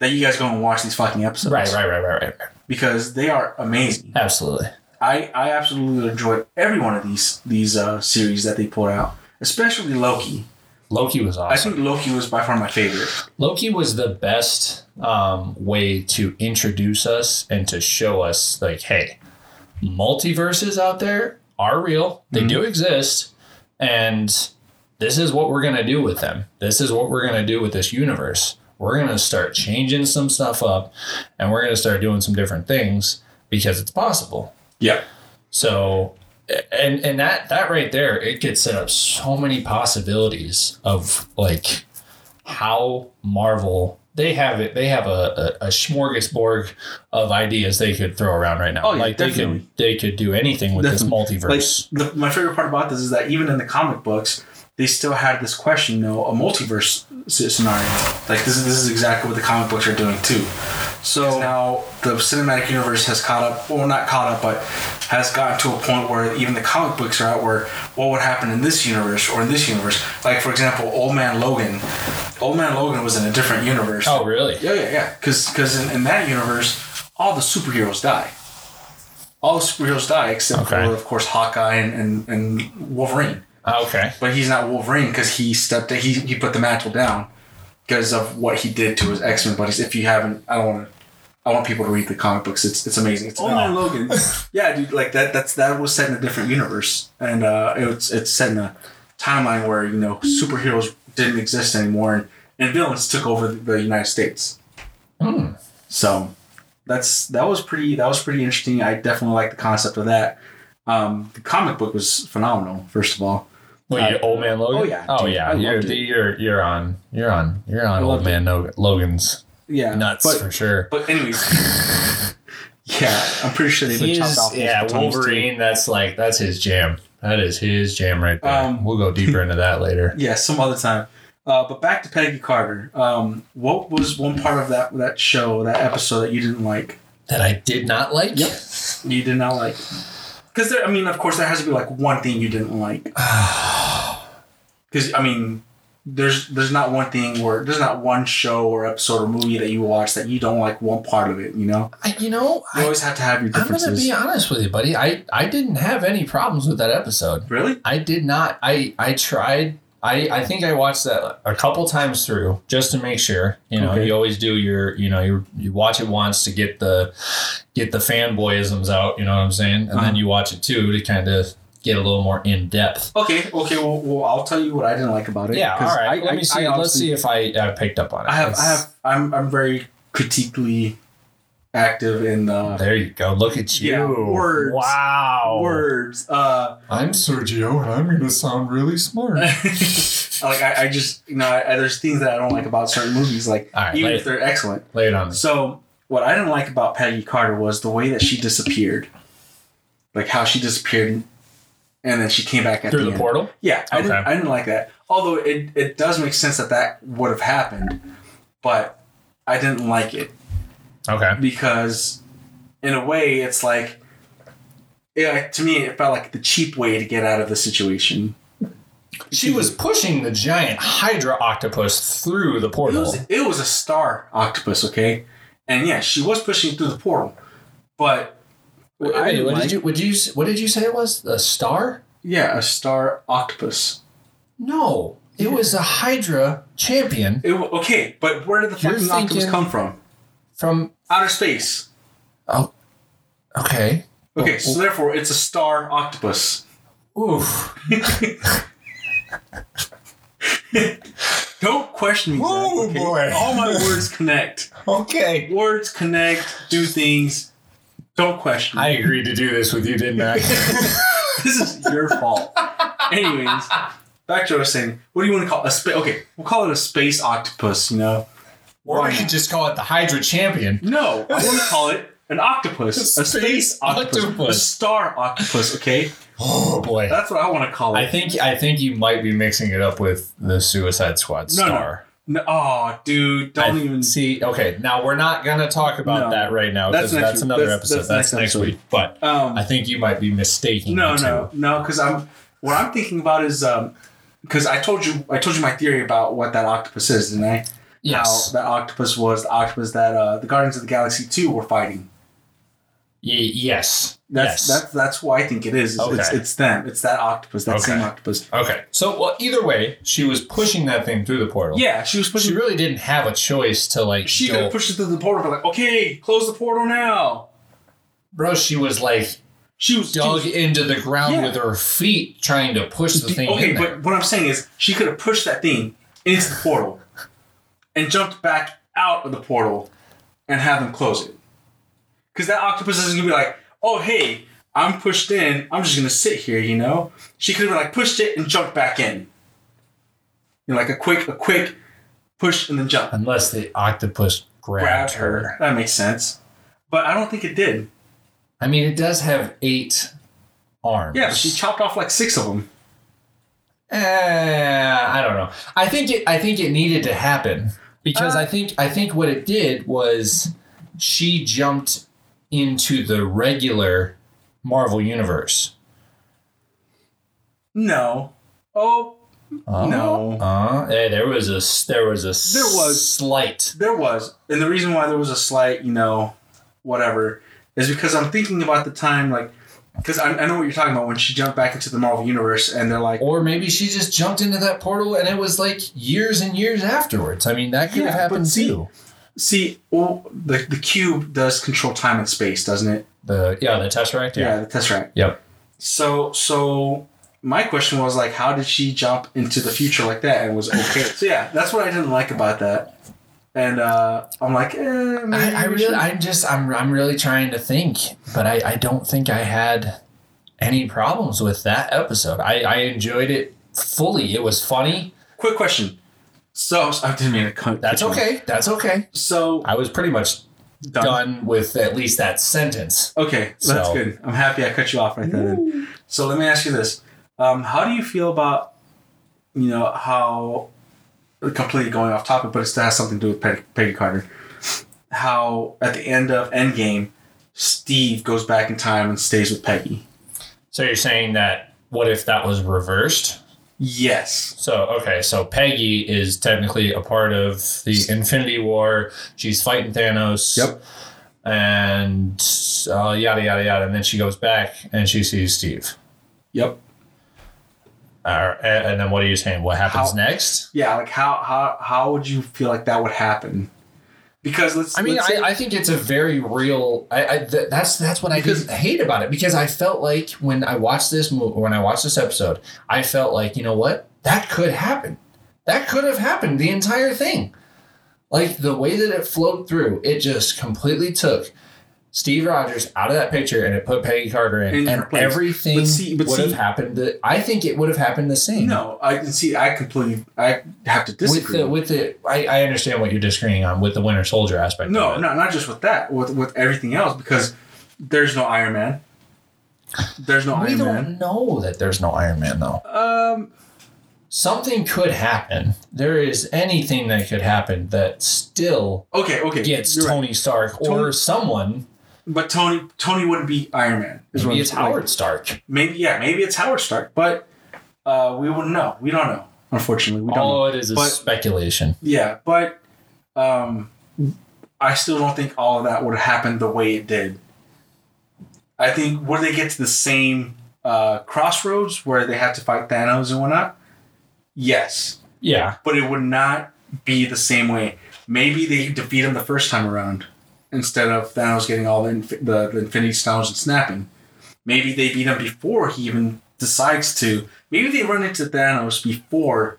S2: that you guys go and watch these fucking episodes
S3: right right right right right right.
S2: because they are amazing
S3: absolutely
S2: i i absolutely enjoyed every one of these these uh series that they put out especially loki
S3: loki was awesome
S2: i think loki was by far my favorite
S3: Loki was the best um, way to introduce us and to show us, like, hey, multiverses out there are real, they do exist, and this is what we're going to do with them. This is what we're going to do with this universe. We're going to start changing some stuff up and we're going to start doing some different things because it's possible.
S2: yeah
S3: So and and that that right there, it could set up so many possibilities of like how Marvel they have it they have a, a, a smorgasbord of ideas they could throw around right now.
S2: Oh, yeah,
S3: like they
S2: definitely.
S3: could they could do anything with
S2: Definitely.
S3: this
S2: like
S3: multiverse.
S2: the, my favorite part about this is that even in the comic books they still had this question you know a multiverse s- scenario like this is this is exactly what the comic books are doing too so now the cinematic universe has caught up well not caught up but has gotten to a point where even the comic books are out where what would happen in this universe or in this universe like for example old man logan old man logan was in a different universe
S3: oh really?
S2: yeah, yeah, yeah. Because in, in that universe, all the superheroes die. All the superheroes die except
S3: Okay.
S2: for, of course, Hawkeye and, and, and Wolverine.
S3: Ah, Okay.
S2: But he's not Wolverine because he stepped. He he put the mantle down because of what he did to his X Men buddies. If you haven't, I don't want to. I want people to read the comic books. It's it's amazing. It's Old Man Logan. <laughs> yeah, dude. Like that. That's that was set in a different universe, and uh, it's it's set in a timeline where you know superheroes didn't exist anymore, and, and villains took over the, the United States. So that's that was pretty that was pretty interesting. I definitely like the concept of that. Um, the comic book was phenomenal. First of all,
S3: Well, you old man Logan.
S2: oh, yeah,
S3: Oh
S2: dude, I
S3: yeah. You're
S2: loved it.
S3: the, you're you're on you're on you're on old
S2: loved
S3: man Log- Logan's
S2: yeah,
S3: nuts
S2: but-
S3: for sure.
S2: But anyways, <laughs> yeah, I'm pretty sure they've been
S3: He
S2: chopped
S3: is-
S2: off. multiple
S3: yeah,
S2: times, too.
S3: Wolverine. That's like that's his jam. That is his jam right there.
S2: Um, <laughs>
S3: we'll go deeper into that later.
S2: Yeah, some other time. Uh, but back to Peggy Carter. Um, what was one part of that that show, that episode that you didn't like?
S3: That I did not like.
S2: Yep. You did not like? Because there, I mean, of course, there has to be like one thing you didn't
S3: <sighs>
S2: like. Because I mean, there's there's not one thing where there's not one show or episode or movie that you watch that you don't like one part of it. You know,
S3: I, you know,
S2: you
S3: I,
S2: always have to have your
S3: I'm gonna
S2: differences.
S3: be honest with you, buddy. I I didn't have any problems with that episode.
S2: really?
S3: I did not. I I tried. I, I think I watched that a couple times through just to make sure. You know,
S2: Okay.
S3: you always do your you know you you watch it once to get the get the fanboyisms out. You know what I'm saying? And
S2: Uh-huh.
S3: then you watch it too to kind of get a little more in depth.
S2: Okay, okay. Well, well, I'll tell you what I didn't like about it.
S3: Yeah,
S2: 'cause
S3: all right.
S2: I-
S3: Let
S2: I-
S3: me see.
S2: I
S3: Let's
S2: honestly-
S3: see if I uh, picked up on it.
S2: I have, I
S3: Let's-
S2: have, I'm, I'm very critically active in the
S3: There you go. Look at you.
S2: uh, Yeah, words.
S3: Wow.
S2: words.
S3: <laughs>
S2: Uh,
S3: I'm Sergio, and I'm going to sound really smart. all
S2: like I, I just, you know, I, I- there's things that I don't like about certain movies, like
S3: right.
S2: even
S3: Lay,
S2: if they're excellent.
S3: <laughs> lay it on me.
S2: So what I didn't like about Peggy Carter was the way that she disappeared, like how she disappeared and then she came back at
S1: Through the
S2: end.
S1: portal?
S2: Yeah, I, didn't,
S1: Okay.
S2: I didn't like that. Although it, it does make sense that that would have happened, but I didn't like it
S1: Okay.
S2: because, in a way, it's like, yeah, to me, it felt like the cheap way to get out of the situation.
S3: She was pushing the giant Hydra octopus through the
S2: It
S3: portal.
S2: was it was a star octopus, okay, and yeah, she was pushing through the portal, but
S3: Wait,
S2: I
S3: what
S2: like-
S3: did you? Would you? s- What did you say it was? A star?
S2: yeah, a star octopus.
S3: No, it was a Hydra champion
S2: It, okay, but where did the
S3: You're
S2: fucking octopus
S3: thinking-
S2: come from?
S3: from.
S2: Outer space.
S3: Oh, okay.
S2: Okay, so
S3: oh.
S2: therefore it's a star octopus.
S3: Oof.
S2: Don't question me. Zach,
S3: Oh,
S2: okay?
S3: boy.
S2: All
S3: <laughs>
S2: my words connect.
S3: Okay.
S2: Words connect. Do things. Don't question. me.
S3: I agreed to do this with you, didn't I? <laughs>
S2: This is your fault. Anyways, back to what I was saying. What do you want to call a space? Okay, we'll call it a space octopus. You know?
S3: or you could just call it the Hydra champion.
S2: No, I want to call it an
S3: <laughs>
S2: octopus, a space
S3: Space
S2: octopus, a
S3: octopus.
S2: star octopus. Okay,
S3: Oh boy.
S2: that's what I want to call it.
S3: I think I think you might be mixing it up with the Suicide Squad
S2: No, no.
S3: star.
S2: No, oh, dude, don't
S3: I
S2: even
S3: see. Okay, now we're not gonna talk
S2: No.
S3: about that right now
S2: That's
S3: because
S2: next
S3: that's,
S2: week.
S3: another
S2: That's-
S3: episode.
S2: that's
S3: That's,
S2: next
S3: next
S2: episode.
S3: week. But
S2: Um,
S3: I think you might be mistaking.
S2: No,
S3: the two.
S2: no, no. Because I'm what I'm thinking about is um because I told you I told you my theory about what that octopus is, didn't I?
S3: Yes.
S2: How that octopus was the octopus that uh, the Guardians of the Galaxy two were fighting.
S3: Ye- yes.
S2: That's
S3: yes.
S2: that's that's why I think it is. It's, it's,
S3: Okay.
S2: it's them. It's that octopus. That same
S3: Okay.
S2: octopus.
S3: okay. So well, either way, she was pushing that thing through the portal.
S2: Yeah, she was
S3: She
S2: pushing.
S3: really didn't have a choice to like
S2: She, could
S3: go.
S2: have pushed it through the portal, but like, okay, close the portal now.
S3: Bro, she was like
S2: She was she
S3: dug
S2: was-
S3: into the ground
S2: Yeah.
S3: with her feet, trying to push the thing
S2: okay,
S3: in there.
S2: but what I'm saying is she could have pushed that thing into the portal and jumped back out of the portal and have them close it. Because that octopus isn't gonna be like, oh hey, I'm pushed in, I'm just gonna sit here, you know? She could have like pushed it and jumped back in. You know, like a quick, a quick push and then jump.
S3: Unless the octopus grabbed,
S2: Grabbed
S3: her.
S2: her. That makes sense. But I don't think it did.
S3: I mean, it does have eight arms.
S2: Yeah, but she chopped off like six of them.
S3: Eh, I don't know. I think it. I think it needed to happen because I think. I think what it did was she jumped into the regular Marvel universe.
S2: No. Oh,
S3: Uh,
S2: No.
S3: Uh, eh, there was a. s- There was a.
S2: There was.
S3: slight.
S2: There was. And the reason why there was a slight, you know, whatever, is because I'm thinking about the time, like, because I, I know what you're talking about when she jumped back into the Marvel Universe and they're like,
S3: Or maybe she just jumped into that portal and it was like years and years afterwards. I mean, that could
S2: Yeah,
S3: have
S2: but
S3: happened
S2: see-
S3: too.
S2: see, well, the, the cube does control time and space, doesn't it?
S3: The yeah, the Tesseract. Yeah.
S2: the Tesseract.
S3: Yep.
S2: So, so my question was, like, how did she jump into the future like that and was <laughs> okay? so, yeah, that's what I didn't like about that. And uh, I'm like, eh, maybe
S3: I, I
S2: we
S3: really,
S2: should-
S3: I'm just, I'm, I'm really trying to think, but I, I don't think I had any problems with that episode. I, I enjoyed it fully. It was funny.
S2: Quick question. So, I didn't mean to cut.
S3: That's okay. That's okay.
S2: So,
S3: I was pretty much
S2: done.
S3: done with at least that sentence.
S2: Okay, that's
S3: So-
S2: good. I'm happy I cut you off right there. Then. So let me ask you this: um, How do you feel about, you know, how completely going off topic, but it still has something to do with Peg- Peggy Carter? How at the end of Endgame, Steve goes back in time and stays with Peggy.
S3: So you're saying that what if that was reversed?
S2: Yes.
S3: So okay, so Peggy is technically a part of the Infinity War. She's fighting Thanos.
S2: Yep.
S3: And uh, yada yada yada, and then she goes back and she sees Steve.
S2: Yep.
S3: Uh, and and then what are you saying? What happens
S2: How-
S3: next?
S2: Yeah. Like how how how would you feel like that would happen? Because let's.
S3: I mean,
S2: let's say-
S3: I, I think it's a very real. I, I th- that's that's what I
S2: Because-
S3: didn't hate about it because I felt like when I watched this movie, when I watched this episode, I felt like you know what that could happen. That could have happened. The entire thing, like the way that it flowed through, it just completely took Steve Rogers out of that picture and it put Peggy Carter in,
S2: In her
S3: and
S2: place.
S3: everything
S2: But see- but
S3: would
S2: see-
S3: have happened. The, I think it would have happened the same.
S2: no, I can see. I completely. I have to
S3: with
S2: disagree.
S3: the with the I, I understand what you're disagreeing on with the Winter Soldier aspect.
S2: No,
S3: of it.
S2: no, not just with that, with with everything else because there's no Iron Man. There's no
S3: We
S2: Iron
S3: don't
S2: Man.
S3: know that there's no Iron Man though.
S2: Um,
S3: Something could happen. There is anything that could happen that still
S2: okay, okay.
S3: gets
S2: you're right.
S3: Tony Stark or
S2: Tony-
S3: someone.
S2: But Tony, Tony wouldn't be Iron Man. is what
S3: Maybe
S2: I'm
S3: it's
S2: saying.
S3: Howard Stark.
S2: Maybe yeah, maybe it's Howard Stark, but uh, we wouldn't know. We don't know. Unfortunately, we don't. know.
S3: All it is is
S2: But-
S3: speculation.
S2: Yeah, but um, I still don't think all of that would have happened the way it did. I think would they get to the same uh, crossroads where they had to fight Thanos and whatnot? Yes,
S3: Yeah.
S2: but it would not be the same way. Maybe they defeat him the first time around instead of Thanos getting all the inf- the, the Infinity Stones and snapping. Maybe they beat him before he even decides to. Maybe they run into Thanos before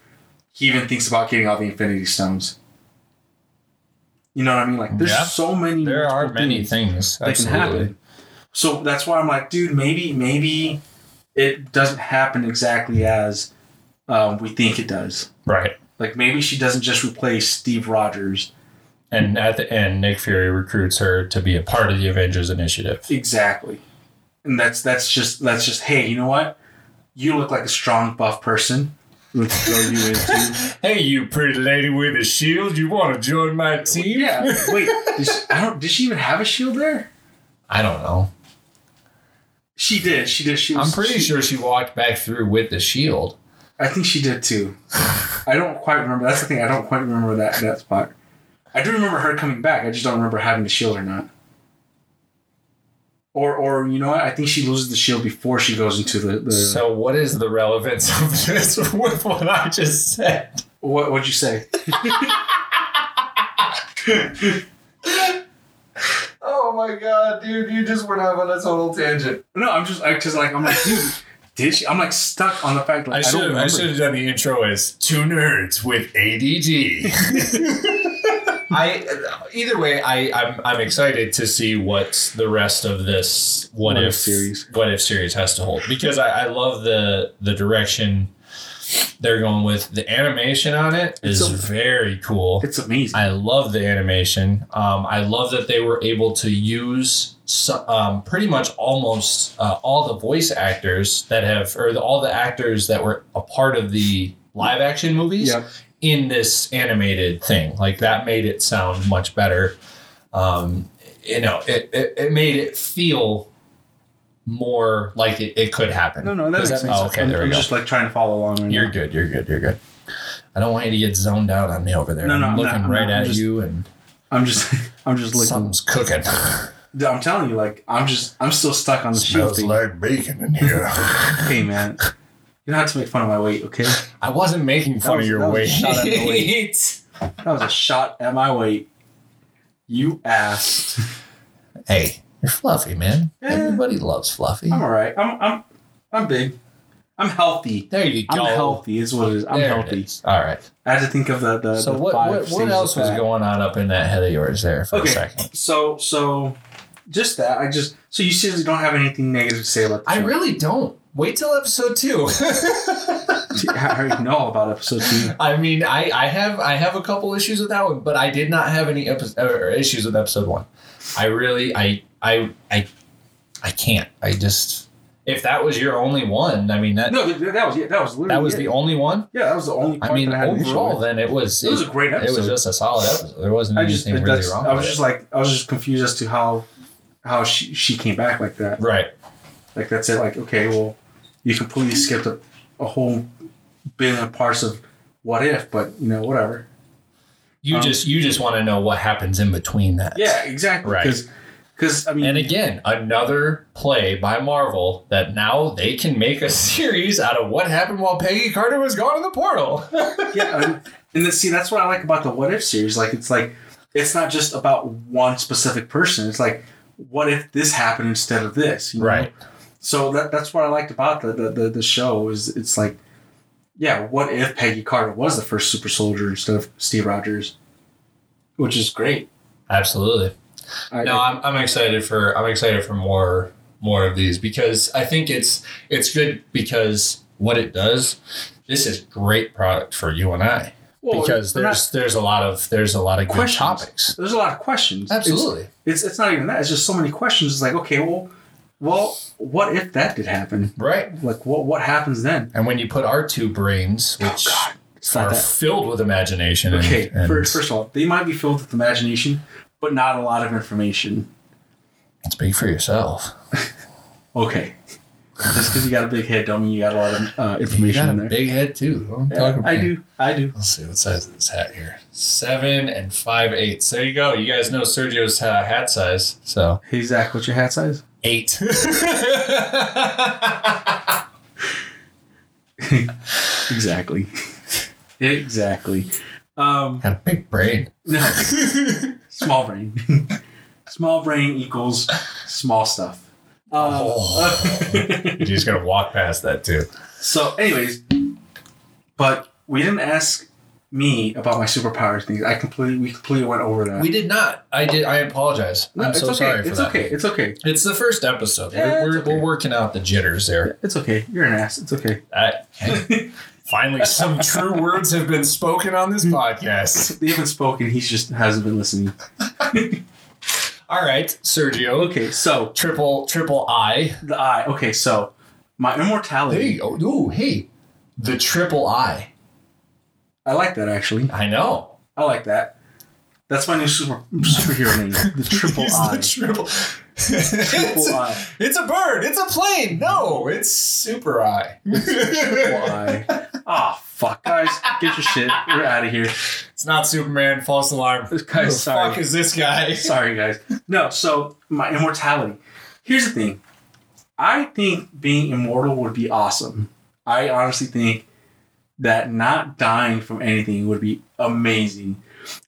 S2: he even thinks about getting all the Infinity Stones. You know what I mean? Like, there's
S3: Yeah.
S2: so many.
S3: There are
S2: multiple
S3: many things.
S2: that
S3: Absolutely.
S2: can happen. So that's why I'm like, dude, maybe maybe it doesn't happen exactly as um, we think it does.
S3: Right.
S2: Like maybe she doesn't just replace Steve Rogers.
S3: And at the end, Nick Fury recruits her to be a part of the Avengers Initiative.
S2: Exactly. And that's that's just that's just hey, you know what? You look like a strong buff person. Let's throw you into
S3: Hey, you pretty lady with a shield, you want to join my team?
S2: Yeah. Wait, did she, I don't did she even have a shield there?
S3: I don't know.
S2: She did. She did. She was
S3: I'm pretty
S2: she-
S3: sure she walked back through with the shield.
S2: I think she did too. I don't quite remember. That's the thing. I don't quite remember that that spot. I do remember her coming back. I just don't remember having the shield or not. Or, or you know what? I think she loses the shield before she goes into the. the
S3: So, what is the relevance of this <laughs> with what I just said?
S2: what would you say?
S3: Oh my god, dude, you just went off on a total tangent.
S2: No, I'm just I just like I'm like dude, did she? I'm like stuck on the fact like
S3: I
S2: I, don't
S3: should I
S2: remember.
S3: should have done the intro as two nerds with ADG. <laughs> I either way, I I'm, I'm excited to see what the rest of this what,
S2: What
S3: if,
S2: if series.
S3: what if series has to hold because I, I love the the direction they're going with the animation on it is
S2: It's a-
S3: very cool.
S2: It's amazing.
S3: I love the animation. Um, I love that they were able to use so, um, pretty much almost uh, all the voice actors that have, or the, all the actors that were a part of the live action movies
S2: yeah,
S3: in this animated thing. Like that made it sound much better. Um, you know, it, it, it made it feel more like it, it could happen.
S2: no, no, that
S3: Does
S2: makes sense.
S3: Oh, okay,
S2: I'm,
S3: there we
S2: I'm
S3: go.
S2: just like trying to follow along. Right
S3: You're
S2: now.
S3: good. You're good. You're good. I don't want you to get zoned out on me over there.
S2: No, no,
S3: I'm
S2: I'm not,
S3: looking
S2: I'm
S3: right
S2: not. I'm
S3: at
S2: just-
S3: you, and
S2: I'm just <laughs> I'm just looking.
S3: something's <laughs> cooking.
S2: I'm telling you, like I'm just I'm still stuck on the shield thing.
S3: like bacon in here.
S2: hey man, you don't have to make fun of my weight, okay?
S3: I wasn't making fun
S2: was-
S3: of
S2: that
S3: your
S2: was
S3: weight.
S2: a shot at
S3: <laughs>
S2: my That was a shot at my weight. You ass.
S3: hey, you're fluffy, man.
S2: Eh.
S3: Everybody loves fluffy.
S2: I'm all right. I'm I'm I'm big. I'm healthy.
S3: There you
S2: I'm
S3: go.
S2: healthy is what it is. I'm
S3: There it
S2: healthy.
S3: is. All right.
S2: I had to think of the the.
S3: So
S2: the
S3: what
S2: five
S3: what, what
S2: stages
S3: else
S2: of
S3: was
S2: fat.
S3: going on up in that head of yours there for
S2: Okay.
S3: a second?
S2: So so just that. I just so you seriously don't have anything negative to say about. The
S3: I
S2: <laughs> show.
S3: really don't. Wait till episode two. <laughs>
S2: I already know all about episode two.
S3: <laughs> I mean, I, I have I have a couple issues with that one, but I did not have any epi- or issues with episode one. I really I I I I can't. I just if that was your only one, I mean that
S2: No, th- that was yeah, that was literally
S3: that was
S2: it.
S3: the only one.
S2: yeah that was the only. Part
S3: I mean,
S2: that I had an issue
S3: overall,
S2: with.
S3: then it was
S2: it was a great
S3: it
S2: episode.
S3: was just a solid episode. There wasn't
S2: I just
S3: anything really
S2: that's-
S3: wrong.
S2: I was
S3: with
S2: just
S3: it.
S2: like I was just confused as to how how she she came back like that.
S3: right.
S2: Like that's it. Like okay, well, you completely skipped a, a whole billion parts of what if, but you know whatever.
S3: You
S2: Um,
S3: just you just want to know what happens in between that.
S2: Yeah, exactly.
S3: Right.
S2: Because I mean,
S3: And again, another play by Marvel that now they can make a <laughs> series out of what happened while Peggy Carter was gone in the portal.
S2: yeah, and, and then, see that's what I like about the what if series. Like it's like it's not just about one specific person. It's like what if this happened instead of this? you know?
S3: Right.
S2: So that that's what I liked about the the, the, the show is it's like, yeah, what if Peggy Carter was the first super soldier instead of Steve Rogers, which is great.
S3: Absolutely.
S2: I,
S3: No, I'm, I'm excited for I'm excited for more more of these because I think it's it's good because what it does, this is great product for you and I.
S2: well,
S3: because
S2: we're
S3: there's there's a lot of there's a lot of good
S2: Questions.
S3: topics.
S2: not- there's a lot of questions. It's-
S3: Absolutely.
S2: It's, it's not even that. It's just so many questions. It's like okay, well, Well, what if that did happen?
S3: Right.
S2: Like, what what happens then?
S3: And when you put our two brains, which
S2: Oh, not
S3: are
S2: that-
S3: filled with imagination, and-
S2: Okay,
S3: and
S2: first, first of all, they might be filled with imagination, but not a lot of information.
S3: speak for yourself.
S2: Okay, just because you got a big head, don't mean you got a lot of uh,
S3: You
S2: information
S3: got a
S2: in there.
S3: big head too. What am I
S2: Yeah,
S3: talking
S2: I
S3: about?
S2: do, I do.
S3: Let's see what size is this hat here. Seven and five eighths. There you go. You guys know Sergio's uh, hat size. So
S2: Hey Zach, what's your hat size?
S3: <laughs> eight.
S2: Exactly, <laughs> exactly. Um,
S3: Had a big brain.
S2: No. <laughs> small brain. <laughs> small brain equals small stuff. Uh,
S3: You just gotta walk past that too.
S2: <laughs> so, anyways, but we didn't ask me about my superpowers things. I completely we completely went over that.
S3: We did not. I did. I apologize.
S2: No,
S3: I'm
S2: it's
S3: so
S2: okay.
S3: sorry for
S2: it's
S3: that.
S2: okay. It's okay.
S3: It's the first episode.
S2: Yeah,
S3: we're, we're,
S2: it's okay.
S3: we're working out the jitters there.
S2: It's okay. You're an ass. It's okay.
S3: <laughs> I- finally, some true words have been spoken on this podcast.
S2: They haven't spoken. He's just hasn't been listening.
S3: All right, Sergio.
S2: Okay, so
S3: Triple triple I.
S2: the eye. Okay, so my immortality.
S3: Hey, oh, ooh, hey, the triple I.
S2: I like that actually.
S3: I know.
S2: I like that. That's my new super superhero
S3: <laughs>
S2: name. The triple
S3: He's
S2: eye.
S3: the triple.
S2: <laughs> Triple
S3: it's,
S2: eye.
S3: it's a bird. It's a plane. No, it's super I. <laughs>
S2: Why? Ah, fuck. Guys, get your shit. We're out of here.
S3: It's not Superman. False alarm.
S2: This guy's
S3: Who the
S2: sorry.
S3: fuck is this
S2: <laughs>
S3: guy?
S2: Sorry, guys. No, so my immortality. Here's the thing I think being immortal would be awesome. I honestly think that not dying from anything would be amazing.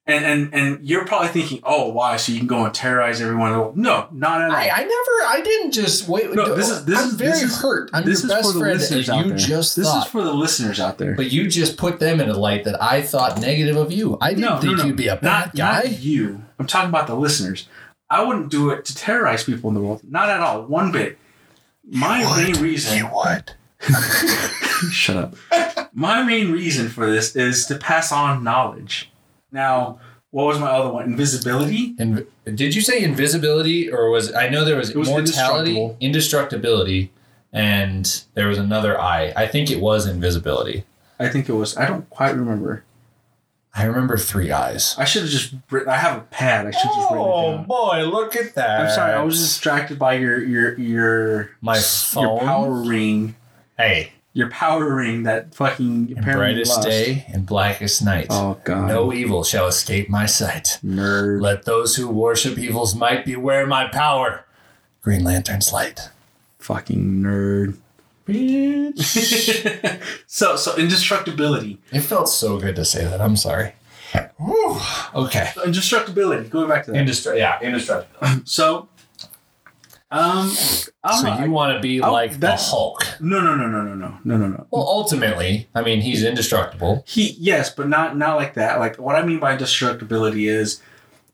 S2: And, and and you're probably thinking, oh, why? So you can go and terrorize everyone? No, not at all.
S3: I, I never. I didn't just wait.
S2: No, this is- this
S3: I'm
S2: is-
S3: very
S2: this is-
S3: hurt. I'm
S2: this
S3: your
S2: is
S3: best
S2: for the
S3: friend.
S2: listeners
S3: and
S2: out
S3: you
S2: there.
S3: just
S2: this
S3: thought,
S2: is for the listeners out there.
S3: but you just put them in a light that I thought negative of you. I didn't think you'd be a bad
S2: not,
S3: guy.
S2: Not you. I'm talking about the listeners. I wouldn't do it to terrorize people in the world. Not at all. One bit. My main reason.
S1: would.
S2: Shut up. my main reason for this is to pass on knowledge. Now, what was my other one? Invisibility.
S3: And did you say invisibility or was I know there was,
S2: was
S3: mortality,
S2: indestructible.
S3: indestructibility, and there was another I. I think it was invisibility.
S2: I think it was. I don't quite remember.
S3: I remember three eyes. Oh,
S2: I should have just. Written, I have a pad. I should have just written it down.
S3: boy, look at that!
S2: I'm sorry. I was distracted by your your your
S3: My
S2: your
S3: phone?
S2: power ring.
S3: hey,
S2: Your power ring that fucking
S3: in
S2: apparently
S3: brightest
S2: lost.
S3: day and blackest night.
S2: Oh god.
S3: No evil shall escape my sight.
S2: Nerd.
S3: Let those who worship evil's might beware my power. Green Lantern's light.
S2: Fucking
S3: <laughs>
S2: nerd.
S3: Bitch.
S2: So so indestructibility.
S3: <laughs> It felt so good to say that. I'm sorry. Whew. Okay.
S2: Indestructibility. Going back to that.
S3: Industri- yeah, indestructible.
S2: so um I
S3: So
S2: don't
S3: you
S2: know.
S3: want to be
S2: Oh,
S3: like the
S2: that's-
S3: Hulk?
S2: No no no no no no no no no.
S3: Well, ultimately, I mean, he's indestructible.
S2: He yes, but not not like that. Like what I mean by indestructibility is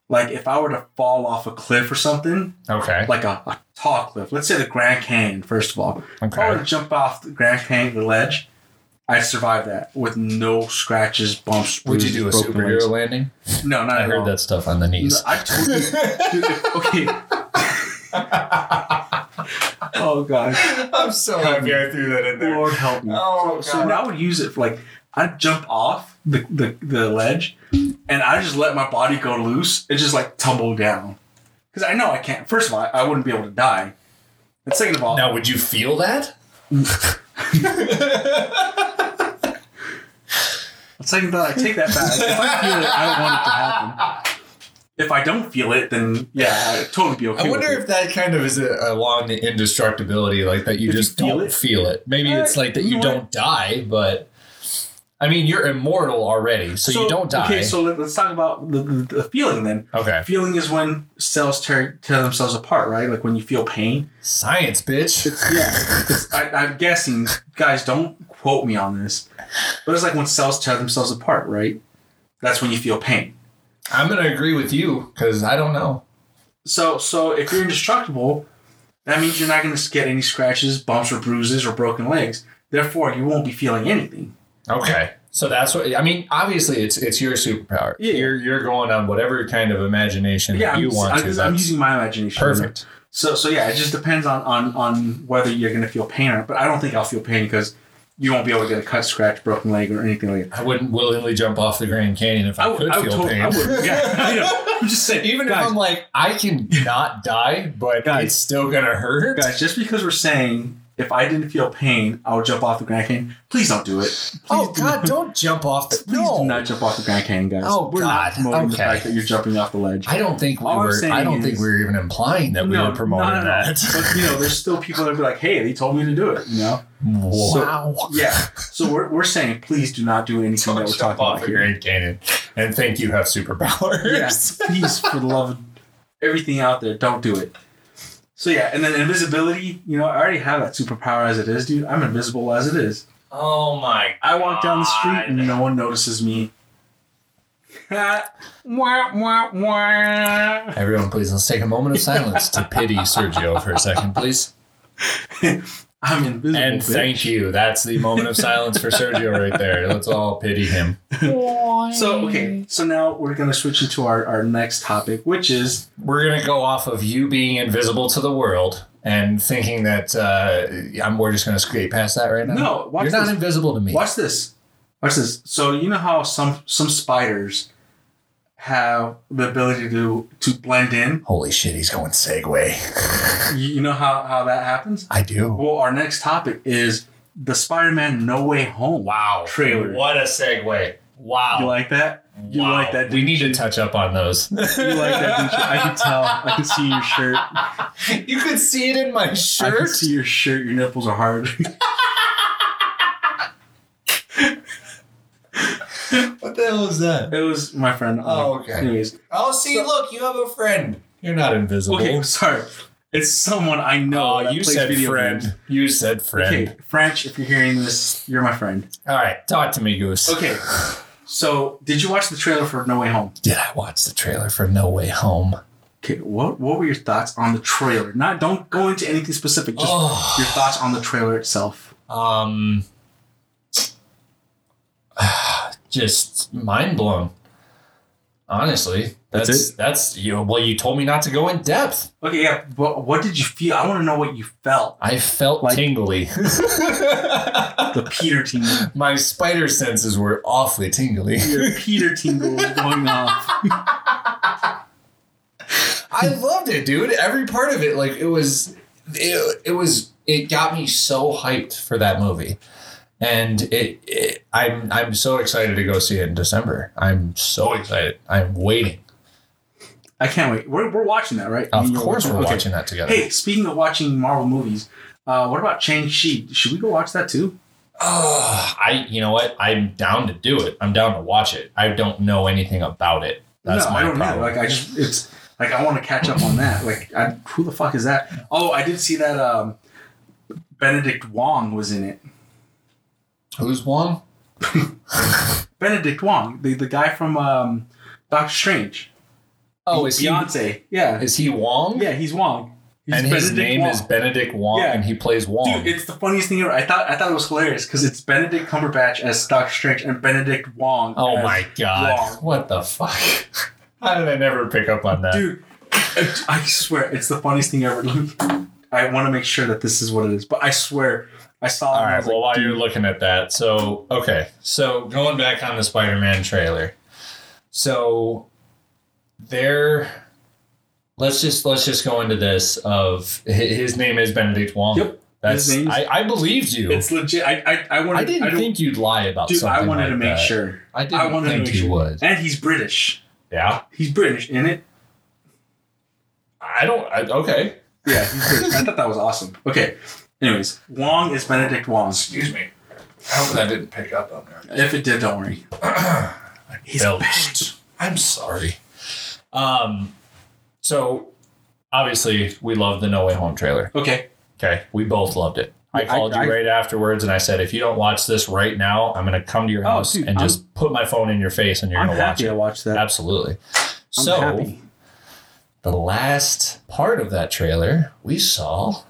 S2: like if I were to fall off a cliff or something,
S3: Okay.
S2: like a, a tall cliff, let's say the Grand Canyon, first of all. If I were
S3: Okay.
S2: to jump off the Grand Canyon, the ledge, I'd survive that with no scratches, bumps,
S3: Would you
S2: bruises,
S3: do a
S2: broken
S3: superhero
S2: legs.
S3: landing?
S2: No, not
S3: I
S2: at all.
S3: heard that stuff on the
S2: No,
S3: knees.
S2: I totally dude, okay.
S3: <laughs>
S2: oh god,
S3: <laughs> I'm so happy I threw that in
S2: Lord help me.
S3: Oh,
S2: so when I would use it for like I'd jump off the, the, the ledge and I just let my body go loose and just like tumble down. Because I know I can't first of all, I, I wouldn't be able to die. And second of all,
S3: Now, would you feel that?
S2: second thought I take that back. If I feel it, I don't want it to happen. If I don't feel it, then yeah, I'd totally be okay.
S3: I wonder
S2: with
S3: if that kind of is a, along the indestructibility, like that you
S2: If you
S3: just
S2: feel
S3: don't
S2: it?
S3: feel it. Maybe
S2: Eh,
S3: it's like that
S2: you
S3: you
S2: know
S3: don't die, but I mean, you're immortal already, so, you don't die.
S2: Okay, so let, us talk about the, the, the feeling then.
S3: okay.
S2: Feeling is when cells tear, tear themselves apart, right? Like when you feel pain.
S3: Science, bitch.
S2: It's, yeah. It's, I, I'm guessing, guys, don't quote me on this, but it's like when cells tear themselves apart, right? That's when you feel pain.
S3: I'm gonna agree with you because I don't know.
S2: So, so if you're indestructible, that means you're not going to get any scratches, bumps, or bruises, or broken legs. Therefore, you won't be feeling anything.
S3: Okay. So that's what I mean. Obviously, it's it's your superpower.
S2: Yeah.
S3: You're you're going on whatever kind of imagination
S2: Yeah,
S3: that
S2: I'm,
S3: you want
S2: I'm,
S3: to.
S2: I'm
S3: That's
S2: using my imagination.
S3: perfect.
S2: So so yeah, it just depends on on on whether you're gonna feel pain or not. But I don't think I'll feel pain because you won't be able to get a cut, scratch, broken leg, or anything like that.
S3: I wouldn't willingly jump off the Grand Canyon if I, could feel
S2: totally-
S3: pain.
S2: I would, yeah, <laughs>
S3: <laughs>
S2: you know, I'm just saying.
S3: Even
S2: guys,
S3: if I'm like, I can not die, but
S2: Guys.
S3: it's still gonna hurt.
S2: guys, just because we're saying if I didn't feel pain, I would jump off the Grand Canyon. Please don't do it.
S3: oh
S2: <laughs>
S3: God, don't jump off the
S2: Please do
S3: no.
S2: not jump off the Grand Canyon, guys.
S3: Oh,
S2: we're not
S3: God.
S2: promoting the
S3: Okay.
S2: fact that you're jumping off the ledge.
S3: I don't think we
S2: All I'm
S3: were. I
S2: saying
S3: don't think
S2: is-
S3: we were even implying that we were promoting
S2: none of
S3: that.
S2: But you know, there's still people that be like, "Hey, they told me to do it." You know?
S3: <laughs> wow.
S2: Yeah. So we're, we're saying, please do not do anything that
S3: Don't
S2: we're
S3: jump
S2: talking
S3: off
S2: about
S3: the
S2: here.
S3: Grand Canyon and think you have superpowers.
S2: Yes, please, for the love of everything out there, don't do it. So yeah, and then invisibility. You know, I already have that superpower as it is, dude. I'm invisible as it is.
S3: Oh my!
S2: I walk down the street
S3: God.
S2: and no one notices me. wah, wah, wah.
S3: Everyone, please let's take a moment of silence to pity Sergio for a second, please.
S2: I'm invisible.
S3: And
S2: bitch.
S3: thank you. That's the moment of silence for Sergio right there. Let's all pity him.
S2: <laughs> So okay, so now we're gonna switch into our, our next topic, which is
S3: We're gonna go off of you being invisible to the world and thinking that uh, I'm. We're just gonna skate past that right now.
S2: No, watch
S3: you're not
S2: this.
S3: invisible to me.
S2: watch this, watch this. So you know how some some spiders have the ability to to blend in.
S3: Holy shit, he's going Segway.
S2: You you know how how that happens.
S3: I do.
S2: Well, our next topic is the Spider-Man No Way Home.
S3: Wow.
S2: Trailer.
S3: What a segue.
S2: You
S3: Wow.
S2: like that? You
S3: Wow.
S2: like that?
S3: We
S2: Didn't
S3: need to touch up on those.
S2: <laughs> you? You like that? Didn't you? I can tell. I can see your shirt.
S3: you could see it in my
S2: I can
S3: shirt.
S2: see your shirt. Your nipples are hard. <laughs>
S3: What the hell is that?
S2: it was my friend.
S3: Oh, okay.
S2: Anyways,
S3: Oh, see, look, you have a friend. You're not invisible.
S2: okay. I'm sorry. It's someone I know.
S3: Oh,
S2: that
S3: you
S2: plays
S3: said
S2: video
S3: friend.
S2: games.
S3: You said friend.
S2: Okay, French, if you're hearing this, you're my friend.
S3: All right, talk to me, Goose.
S2: Okay. So, did you watch the trailer for No Way Home?
S3: Did I watch the trailer for No Way Home?
S2: Okay, what what were your thoughts on the trailer? Not don't go into anything specific, just
S3: Oh.
S2: your thoughts on the trailer itself.
S3: Um, <sighs> just mind blown. Honestly,
S2: That's
S3: that's that's, you. Well, you told me not to go in depth.
S2: Okay, yeah, but what did you feel? I want to know what you felt.
S3: I felt
S2: Like-
S3: tingly. <laughs>
S2: The Peter tingle.
S3: My spider senses were awfully tingly.
S2: <laughs>
S3: <laughs>
S2: Your Peter tingle was going off.
S3: I loved it, dude. Every part of it, like it was, it, it was, it got me so hyped for that movie, and it, it, I'm, I'm so excited to go see it in December. I'm so excited. I'm waiting.
S2: I can't wait. We're, we're watching that, right?
S3: Of
S2: You know,
S3: course, we're
S2: okay.
S3: watching that together.
S2: Hey, speaking of watching Marvel movies, uh, what about Shang-Chi? Should we go watch that too?
S3: Ugh, Ah, I, you know what? I'm down to do it. I'm down to watch it. I don't know anything about it. That's
S2: no,
S3: my
S2: I don't
S3: problem.
S2: know. Like I just it's like I want to catch up on that. Like I, who the fuck is that? Oh, I did see that um Benedict Wong was in it.
S3: Who's Wong?
S2: Benedict Wong, the, the guy from um Doctor Strange.
S3: Oh, is
S2: Beyonce. yeah.
S3: he? Is he Wong?
S2: Yeah, he's Wong. He's
S3: and his name
S2: Wong.
S3: is Benedict Wong,
S2: Yeah.
S3: and he plays Wong.
S2: Dude, it's the funniest thing ever. I thought I thought it was hilarious because it's Benedict Cumberbatch as Doctor Strange and Benedict Wong.
S3: Oh
S2: as
S3: my god.
S2: Wong.
S3: What the fuck? <laughs> How did I never pick up on that?
S2: Dude, I I swear it's the funniest thing ever. <laughs> I want to make sure that this is what it is, but I swear I saw. it
S3: All
S2: and I
S3: right,
S2: was
S3: well,
S2: like,
S3: while
S2: dude,
S3: you're looking at that, so, okay. So, going back on the Spider Man trailer. So, there. Let's just let's just go into this. Of hi- his name is Benedict Wong.
S2: Yep.
S3: that's
S2: name's-
S3: I, I believed you.
S2: It's legit. I I, I wanted.
S3: I didn't
S2: don't-
S3: think you'd lie about
S2: Dude,
S3: something.
S2: I wanted
S3: like
S2: to make
S3: that.
S2: sure.
S3: I didn't
S2: wanted
S3: think
S2: to make
S3: you
S2: sure.
S3: would.
S2: And he's British.
S3: Yeah,
S2: He's British, in it.
S3: I don't. I, okay,
S2: Yeah, he's British. I thought that was awesome. Okay. Anyways, Wong is Benedict Wong.
S3: excuse me. How come I didn't pick up on that?
S2: If it did, don't
S3: <clears throat>
S2: worry. He's
S3: belched. I'm sorry. Um, so obviously we love the No Way Home trailer.
S2: Okay.
S3: Okay, we both loved it. I
S2: I-
S3: called
S2: I-
S3: you right afterwards and I said, if you don't watch this right now, I'm gonna come to your
S2: Oh,
S3: house
S2: dude,
S3: and
S2: I'm-
S3: just put my phone in your face and you're
S2: I'm
S3: gonna watch
S2: happy I
S3: it.
S2: watched that.
S3: Absolutely.
S2: I'm
S3: so
S2: happy.
S3: the last part of that trailer, we saw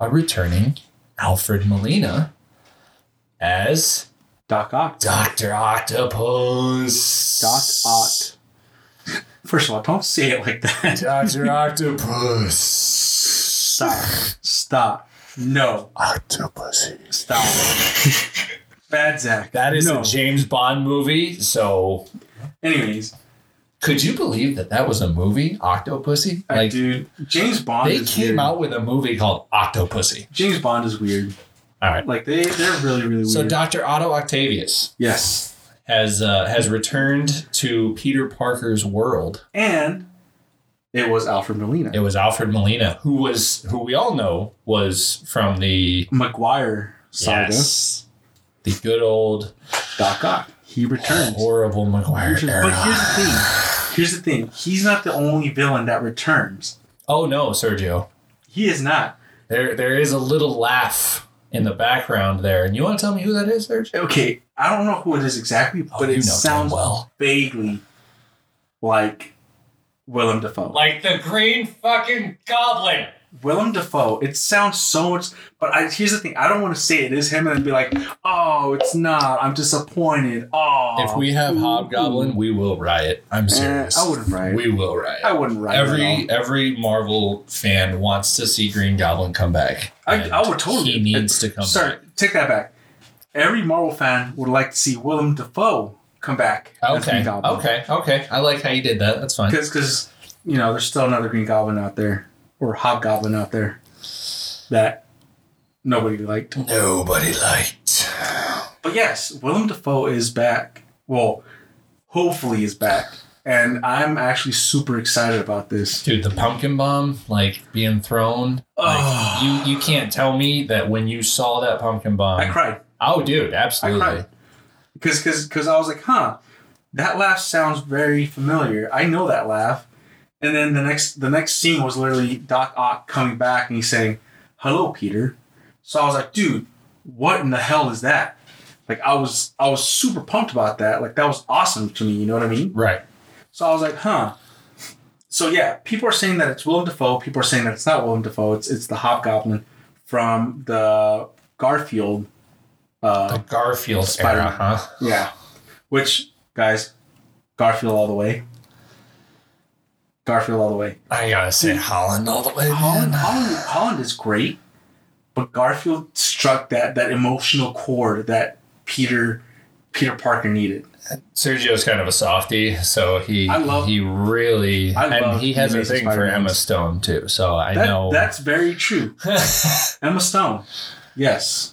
S3: a returning Alfred Molina as
S2: Doc Ock.
S3: Doctor Octopus.
S2: Doc Ock.
S3: <laughs>
S2: <laughs> First of all, don't say it like that.
S3: Doctor Octopus.
S2: Stop. Stop. No.
S4: Octopus.
S2: Stop. Bad Zach.
S3: That is
S2: no.
S3: a James Bond movie. So
S2: Anyways, uh,
S3: could you believe that that was a movie, Octopussy?
S2: I dude, James Bond.
S3: they
S2: is
S3: came
S2: weird.
S3: out with a movie called Octopussy.
S2: James Bond is weird.
S3: All right.
S2: Like they, they're really, really weird.
S3: So Dr. Otto Octavius
S2: yes.
S3: has uh, has returned to Peter Parker's world.
S2: And it was Alfred Molina.
S3: It was Alfred Molina, who was who we all know was from the
S2: McGuire saga.
S3: yes, the good old
S2: Doc Ock. He returned.
S3: horrible
S2: Here's-
S3: McGuire
S2: but
S3: era.
S2: here's the thing. Here's the thing. He's not the only villain that returns.
S3: Oh no, Sergio.
S2: He is not.
S3: There there is a little laugh in the background there, and you want to tell me who that is, Sergio?
S2: Okay, I don't know who it is exactly,
S3: Oh,
S2: but
S3: you know
S2: it
S3: damn
S2: sounds
S3: well.
S2: vaguely like Willem Dafoe.
S3: Like the green fucking goblin.
S2: Willem Dafoe. It sounds so much, but I, here's the thing. I don't want to say it is him and then be like, "Oh, it's not. I'm disappointed." Oh,
S3: If we have Hobgoblin, we will riot. I'm serious.
S2: Eh, I wouldn't riot.
S3: We will riot.
S2: I wouldn't write
S3: every
S2: Every
S3: every Marvel fan wants to see Green Goblin come back.
S2: I,
S3: And
S2: I would totally.
S3: He needs to come
S2: Sorry,
S3: back.
S2: take that back. Every Marvel fan would like to see Willem Dafoe come back. as Green
S3: Okay.
S2: Goblin.
S3: Okay. Okay. I like how you did that. That's fine.
S2: Because, because you know, there's still another Green Goblin out there or Hobgoblin out there that nobody liked.
S3: Nobody liked.
S2: But yes, Willem Dafoe is back. Well, hopefully is back. And I'm actually super excited about this.
S3: Dude, the pumpkin bomb, like being thrown. Like, you you can't tell me that when you saw that pumpkin bomb.
S2: I cried.
S3: Oh, dude, absolutely.
S2: I cried. Because cause, cause I was like, huh, that laugh sounds very familiar. I know that laugh. And then the next the next scene was literally Doc Ock coming back and he's saying, Hello, Peter. So I was like, dude, what in the hell is that? Like I was I was super pumped about that. Like that was awesome to me, you know what I mean?
S3: Right.
S2: So I was like, huh. So yeah, people are saying that it's Willem Dafoe. People are saying that it's not Willem Dafoe. It's it's the Hobgoblin from the Garfield.
S3: The
S2: Uh,
S3: Garfield era,
S2: Spider-Man.
S3: huh?
S2: yeah, which guys, Garfield all the way. Garfield all the way.
S3: I gotta say Holland all the way.
S2: Hmm. Holland, Holland, Holland is great, but Garfield struck that that emotional chord that Peter Peter Parker needed.
S3: Sergio's kind of a softy, so he
S2: I love-
S3: he really
S2: I
S3: and
S2: love
S3: he has a
S2: Amazing
S3: thing for
S2: Spider-Man.
S3: Emma Stone too. So I
S2: That,
S3: know
S2: That's very
S3: <laughs>
S2: true. Emma Stone. Yes.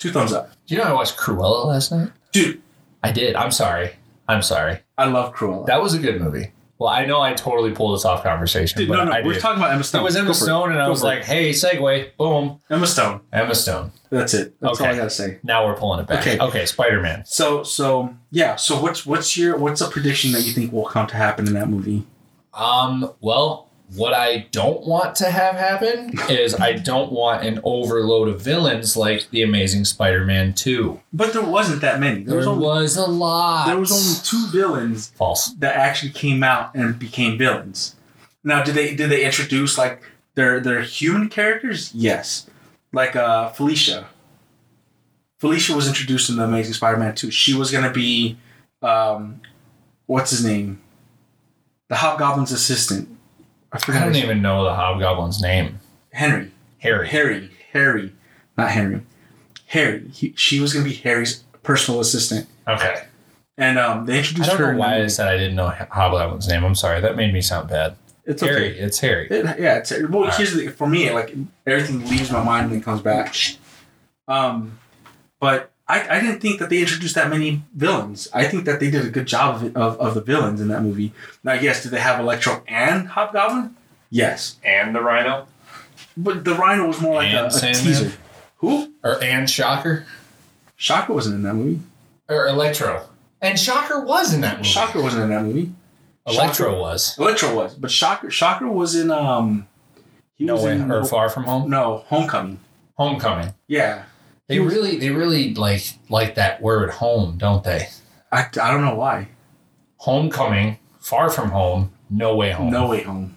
S2: Two thumbs up.
S3: Do you know I watched Cruella last night?
S2: Dude,
S3: I did. I'm sorry. I'm sorry.
S2: I love Cruella.
S3: That was a good movie. Well, I know I totally pulled this off conversation,
S2: Dude,
S3: but
S2: no, no,
S3: I
S2: we're
S3: did.
S2: talking about Emma
S3: it
S2: Stone.
S3: was Emma
S2: Go for it.
S3: Stone, and I
S2: Go
S3: was
S2: for it.
S3: like, "Hey, segue, boom,
S2: Emma Stone.
S3: Emma Stone."
S2: That's it. That's all
S3: Okay.
S2: I gotta say.
S3: Now we're pulling it back. Okay,
S2: Okay.
S3: Spider Man.
S2: So, so yeah. So, what's what's your what's a prediction that you think will come to happen in that movie?
S3: Um, well, what I don't want to have happen is I don't want an overload of villains like the Amazing Spider Man Two.
S2: But there wasn't that many. There
S3: There
S2: was only
S3: was a lot.
S2: there was only two villains
S3: false.
S2: that actually came out and became villains. Now, did they did they introduce like their their human characters? Yes, like uh, Felicia. Felicia was introduced in the Amazing Spider-Man two. She was gonna be, um, what's his name? The Hobgoblin's assistant. I
S3: I
S2: forgot
S3: don't
S2: his
S3: even know the Hobgoblin's name.
S2: Henry.
S3: Harry.
S2: Harry. Harry. Not Henry. Harry. He, she was gonna be Harry's personal assistant,
S3: Okay.
S2: and um, they
S3: I
S2: introduced
S3: don't
S2: her.
S3: know
S2: in
S3: why
S2: the-
S3: I said I didn't know Hobgoblin's name. I'm sorry. That made me sound bad.
S2: it's okay.
S3: Harry. It's Harry.
S2: It, yeah, it's, well,
S3: right.
S2: here's the, for me, like everything leaves my mind and then comes back. Um, but I, I didn't think that they introduced that many villains. I think that they did a good job of, it, of of the villains in that movie. Now, yes, did they have Electro and Hobgoblin? Yes,
S3: And the Rhino.
S2: but the Rhino was more like
S3: And
S2: a, a
S3: Sandman?
S2: teaser. Who?
S3: Or and Shocker.
S2: Shocker wasn't in that movie.
S3: Or Electro. And Shocker was in that movie.
S2: Shocker wasn't in that movie.
S3: Electro was.
S2: Electro was, but Shocker Shocker was in um. He
S3: No
S2: was
S3: way.
S2: in
S3: Or Far From Home.
S2: no Homecoming.
S3: Homecoming.
S2: Yeah,
S3: They really, they really like like that word home, don't they?
S2: I, I don't know why.
S3: Homecoming. Far from home. No way home.
S2: No way home.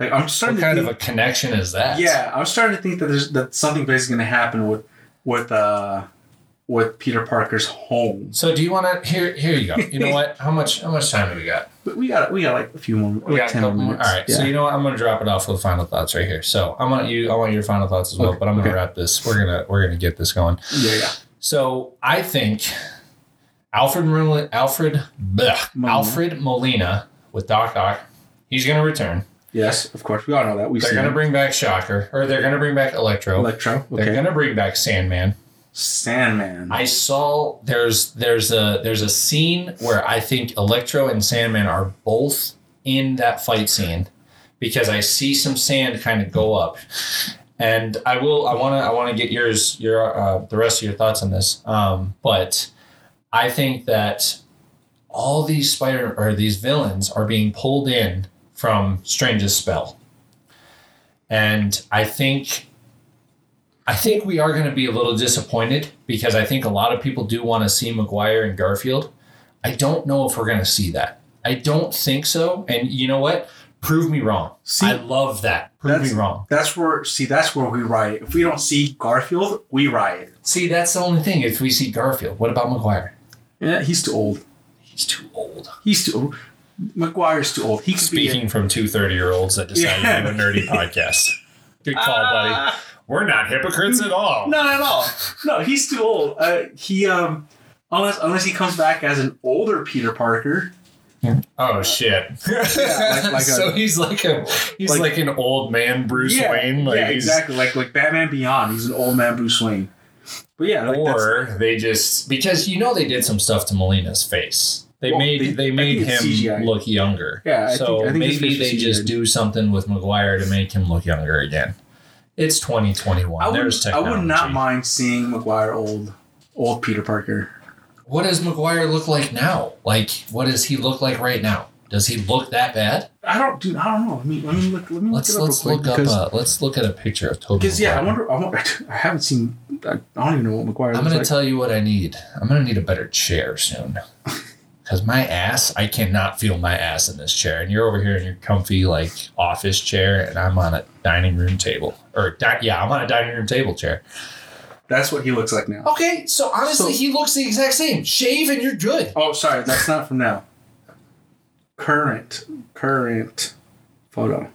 S2: Like I'm starting to
S3: Oh. What kind of
S2: think,
S3: a connection is that?
S2: yeah, I'm starting to think that there's that something big is going to happen with with uh with Peter Parker's home.
S3: So do you want to? Here, here you go.
S2: <laughs>
S3: You know what? How much? How much time do we got?
S2: But we got we got like a few more, like
S3: We got a
S2: ten more
S3: couple more. All
S2: minutes.
S3: right. So
S2: Yeah.
S3: you know what? I'm gonna drop it off with final thoughts right here. So I want you. I want your final thoughts as well.
S2: Okay,
S3: But I'm gonna
S2: okay.
S3: wrap this. We're gonna we're gonna get this going.
S2: yeah, yeah.
S3: So I think Alfred Molina, Alfred blech,
S2: Molina.
S3: Alfred Molina with Doc Ock, he's gonna return.
S2: Yes, of course. We all know that. We've
S3: They're
S2: seen
S3: gonna
S2: it.
S3: bring back Shocker, or they're gonna bring back Electro.
S2: Electro.
S3: They're
S2: Okay.
S3: gonna bring back Sandman.
S2: Sandman.
S3: I saw there's there's a there's a scene where I think Electro and Sandman are both in that fight scene because I see some sand kind of go up. And I will I want to I want to get yours your uh, the rest of your thoughts on this. Um, but I think that all these spider or these villains are being pulled in from Strange's spell. And I think I think we are going to be a little disappointed because I think a lot of people do want to see McGuire and Garfield. I don't know if we're going to see that. I don't think so. And you know what? Prove me wrong.
S2: See,
S3: I love that. Prove me
S2: that's-
S3: wrong.
S2: That's where see that's where we riot. If we don't see Garfield, we riot.
S3: See, that's the only thing. If we see Garfield, what about McGuire?
S2: Yeah, he's too old.
S3: He's too old.
S2: He's too old. McGuire's too old. He could be
S3: Speaking from two 30 year olds that decided
S2: Yeah.
S3: to do a
S2: <laughs>
S3: nerdy podcast. Good call, buddy. We're not hypocrites at all.
S2: a, not at all. No, he's too old. Uh, he um unless unless he comes back as an older Peter Parker.
S3: Oh shit!
S2: like-
S3: <laughs>
S2: like
S3: so
S2: a-
S3: he's like a he's like,
S2: like-
S3: an old man Bruce
S2: yeah,
S3: Wayne. Like
S2: yeah,
S3: he's,
S2: exactly. Like like Batman Beyond, he's an old man Bruce Wayne. But yeah, like that's-
S3: or they just because you know they did some stuff to Molina's face. They
S2: Well,
S3: made
S2: they-
S3: they,
S2: I
S3: made
S2: think it's
S3: him
S2: CGI.
S3: look younger.
S2: Yeah, I
S3: so
S2: think- I think his
S3: maybe
S2: face was
S3: they just
S2: CGI.
S3: do something with McGuire to make him look younger again. It's 2021.
S2: I would,
S3: There's
S2: I
S3: technology.
S2: would not mind seeing McGuire old old Peter Parker.
S3: What does McGuire look like now? Like, what does he look like right now? Does he look that bad?
S2: I don't do. I don't know. Let me let me look. Let me
S3: Let's
S2: look it up
S3: let's
S2: real
S3: look
S2: quick because
S3: up. A, let's look at a picture of Toby.
S2: because yeah, I
S3: Maguire.
S2: wonder. I, wonder, <laughs> I haven't seen. I don't even know what McGuire
S3: I'm
S2: looks
S3: gonna
S2: like.
S3: tell you what I need. I'm gonna need a better
S2: <laughs>
S3: chair soon. Cause my ass, I cannot feel my ass in this chair. And you're over here in your comfy like office chair, and I'm on a dining room table. Or di- yeah, I'm on a dining room table chair.
S2: That's what he looks like now.
S3: Okay, so honestly,
S2: So-
S3: he looks the exact same. Shave and you're good.
S2: Oh, sorry, that's not from now. Current current photo.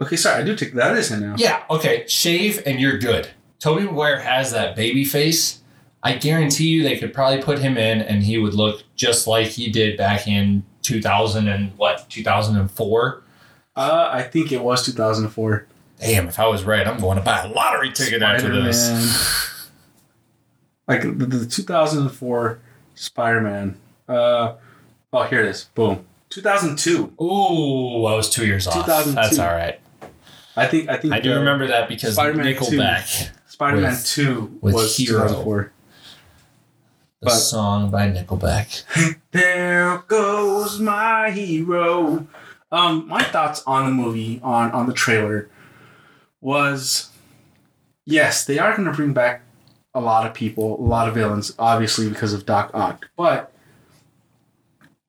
S2: Okay, sorry, I do take that is him now.
S3: Yeah, okay, shave and you're good. Toby Maguire has that baby face. I guarantee you they could probably put him in and he would look just like he did back in 2000 and what, 2004?
S2: Uh, I think it was 2004.
S3: Damn, if I was right, I'm going to buy a lottery ticket after this.
S2: Spider-Man. Like the, the 2004 Spider-Man. Uh, oh, here it is. Boom. 2002.
S3: Ooh, I was two years off.
S2: 2002.
S3: That's all right.
S2: I think. I think.
S3: I do
S2: uh,
S3: remember that because
S2: Spider-Man
S3: Nickelback,
S2: Spider-Man
S3: with-
S2: Two
S3: with
S2: was
S3: Hero.
S2: 2004.
S3: the
S2: But-
S3: song by Nickelback.
S2: <laughs> There goes my hero. Um, my thoughts on the movie, on on the trailer, was yes, they are going to bring back a lot of people, a lot of villains, obviously because of Doc Ock. But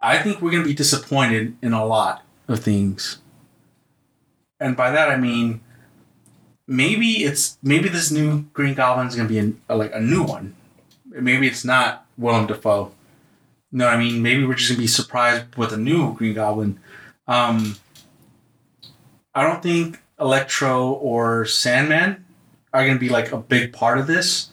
S2: I think we're going to be disappointed in a lot of things, and by that I mean maybe it's maybe this new Green Goblin is going to be an, like a new one. Maybe it's not Willem Dafoe. No, I mean? Maybe we're just gonna be surprised with a new Green Goblin. Um, I don't think Electro or Sandman are gonna be like a big part of this.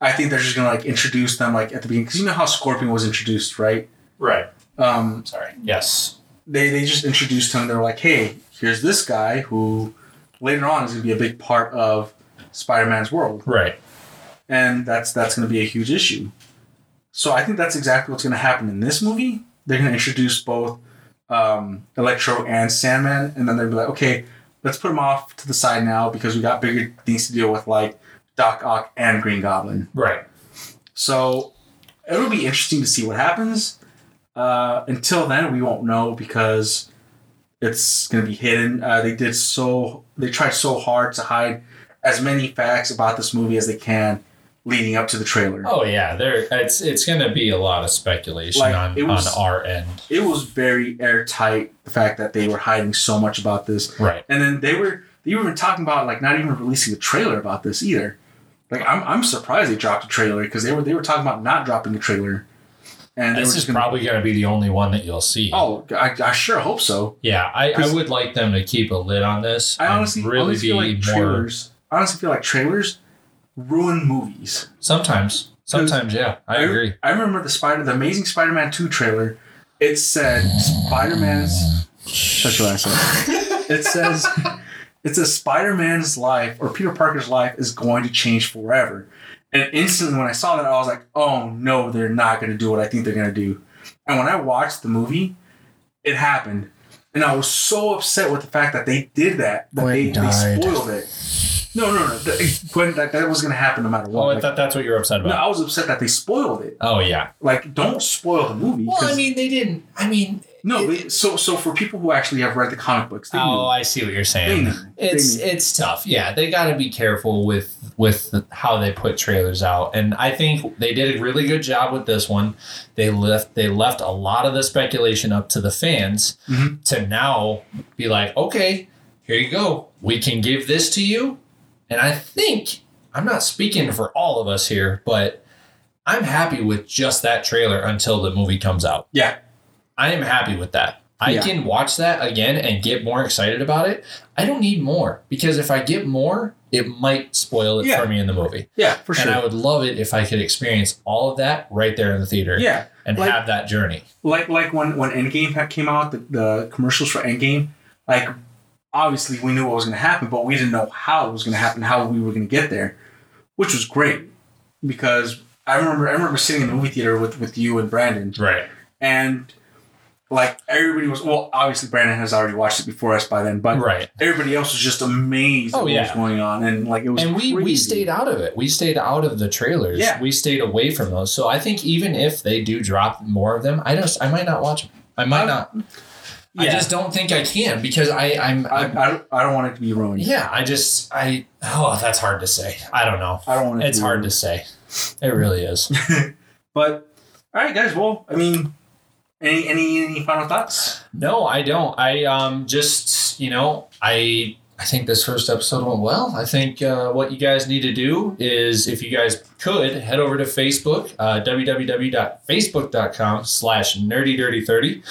S2: I think they're just gonna like introduce them like at the beginning because you know how Scorpion was introduced, right?
S3: Right.
S2: Um,
S3: I'm sorry. Yes.
S2: they they just introduced him. They were like, "Hey, here's this guy who later on is going to be a big part of Spider-Man's world,"
S3: Right.
S2: and that's that's going to be a huge issue. So I think that's exactly what's going to happen in this movie. They're going to introduce both um, Electro and Sandman, and then they'll be like, "Okay, let's put them off to the side now because we got bigger things to deal with, like Doc Ock and Green Goblin."
S3: Right.
S2: So it'll be interesting to see what happens. Uh, until then, we won't know because it's going to be hidden. Uh, they did so they tried so hard to hide as many facts about this movie as they can leading up to the trailer.
S3: Oh yeah. There. It's it's gonna be a lot of speculation
S2: Like,
S3: on
S2: it was-
S3: on our end.
S2: It was very airtight the fact that they were hiding so much about this.
S3: Right.
S2: And then they were they were even talking about like not even releasing a trailer about this either. Like I'm, I'm surprised they dropped a trailer because they were they were talking about not dropping a trailer. And they were
S3: This is
S2: just gonna-
S3: probably going to be the only one that you'll see.
S2: Oh, I, I sure hope so.
S3: yeah, I, I
S2: 'Cause-
S3: would like them to keep a lid on this.
S2: I
S3: and
S2: honestly really feel like trailers. I honestly feel like trailers ruin movies.
S3: Sometimes, sometimes, yeah, I agree.
S2: I remember the Spider, the Amazing Spider-Man Two trailer. It said Spider-Man's. Shut your ass up. <laughs> it says. It says Spider-Man's life or Peter Parker's life is going to change forever. And instantly, when I saw that, I was like, "Oh no, they're not going to do what I think they're going to do." And when I watched the movie, it happened, and I was so upset with the fact that they did that. That
S3: Gwen
S2: they, they
S3: died.
S2: spoiled it. No, no, no. That, Gwen, that, that was going to happen no matter what.
S3: Oh, I
S2: Like,
S3: thought that's what you were upset
S2: no,
S3: about.
S2: I was upset that they spoiled it.
S3: Oh yeah.
S2: Like, don't spoil the movie. 'cause-
S3: mean, they didn't. I mean,
S2: no. they- so, so for people who actually have read the comic books, they
S3: Oh,
S2: knew.
S3: I see what you're
S2: They
S3: saying.
S2: knew.
S3: It's
S2: They knew.
S3: it's tough. Yeah, they got to be careful with with how they put trailers out, and I think they did a really good job with this one. They left they left a lot of the speculation up to the fans
S2: Mhm.
S3: to now be like, okay, here you go. We can give this to you, and I think I'm not speaking for all of us here, but I'm happy with just that trailer until the movie comes out.
S2: yeah,
S3: I am happy with that. I
S2: Yeah.
S3: can watch that again and get more excited about it. I don't need more because if I get more, it might spoil it
S2: Yeah.
S3: for me in the movie.
S2: yeah, for
S3: And I
S2: sure.
S3: would love it if I could experience all of that right there in the theater
S2: Yeah,
S3: and
S2: like-
S3: have that journey.
S2: like like when when Endgame ha- came out, the, the commercials for Endgame, like obviously we knew what was going to happen, but we didn't know how it was going to happen, how we were going to get there, which was great because I remember I remember sitting in the movie theater with with you and Brandon,
S3: Right.
S2: and like everybody was well, obviously Brandon has already watched it before us by then, but
S3: Right.
S2: everybody else was just amazed
S3: Oh,
S2: at what
S3: yeah.
S2: was going on and like it was
S3: And we, we
S2: crazy.
S3: stayed out of it. We stayed out of the trailers.
S2: Yeah.
S3: We stayed away from those. So I think even if they do drop more of them, I just I might not watch them. I
S2: I'm-
S3: might not. I
S2: Yeah.
S3: just don't think I can because I I'm,
S2: I,
S3: I'm
S2: I, don't, I don't want it to be ruined
S3: Yeah, I just I oh that's hard to say. I don't know.
S2: I don't want it
S3: It's
S2: to be
S3: hard
S2: ruined.
S3: to say. It really is.
S2: but all right guys well i mean any any any final thoughts
S3: no, I don't. I um just you know I I think this first episode went well. I think uh, what you guys need to do is if you guys could head over to Facebook uh, www.facebook.com slash nerdy dirty thirty.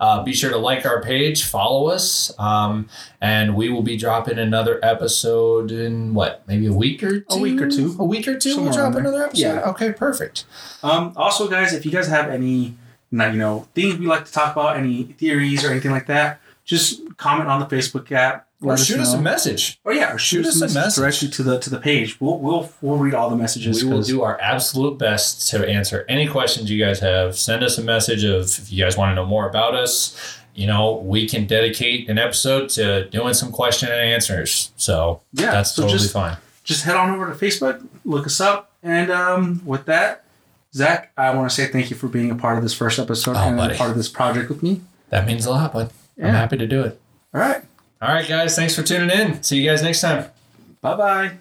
S3: Uh, be sure to like our page, follow us, um, and we will be dropping another episode in what maybe a week or two?
S2: A week or two.
S3: A week or two.
S2: Somewhere
S3: we'll
S2: around
S3: drop
S2: there.
S3: another episode.
S2: Yeah.
S3: Okay, perfect.
S2: um also guys if you guys have any not you know things we like to talk about any theories or anything like that just comment on the facebook app
S3: Or shoot us a
S2: know.
S3: message.
S2: oh yeah or shoot, us, a message directly to the to the page we'll we'll, we'll read all the messages
S3: we will
S2: 'cause-
S3: do our absolute best to answer any questions you guys have. Send us a message of if you guys want to know more about us. You know, we can dedicate an episode to doing some question and answers. So
S2: Yeah,
S3: that's
S2: so
S3: totally
S2: just-
S3: fine.
S2: just head on over to facebook look us up and um with that zach i want to say thank you for being a part of this first episode
S3: Oh,
S2: and
S3: buddy.
S2: a part of this project with me
S3: That means a lot, but
S2: Yeah.
S3: I'm happy to do it.
S2: all right
S3: All right, guys, thanks for tuning in. See you guys next time.
S2: bye bye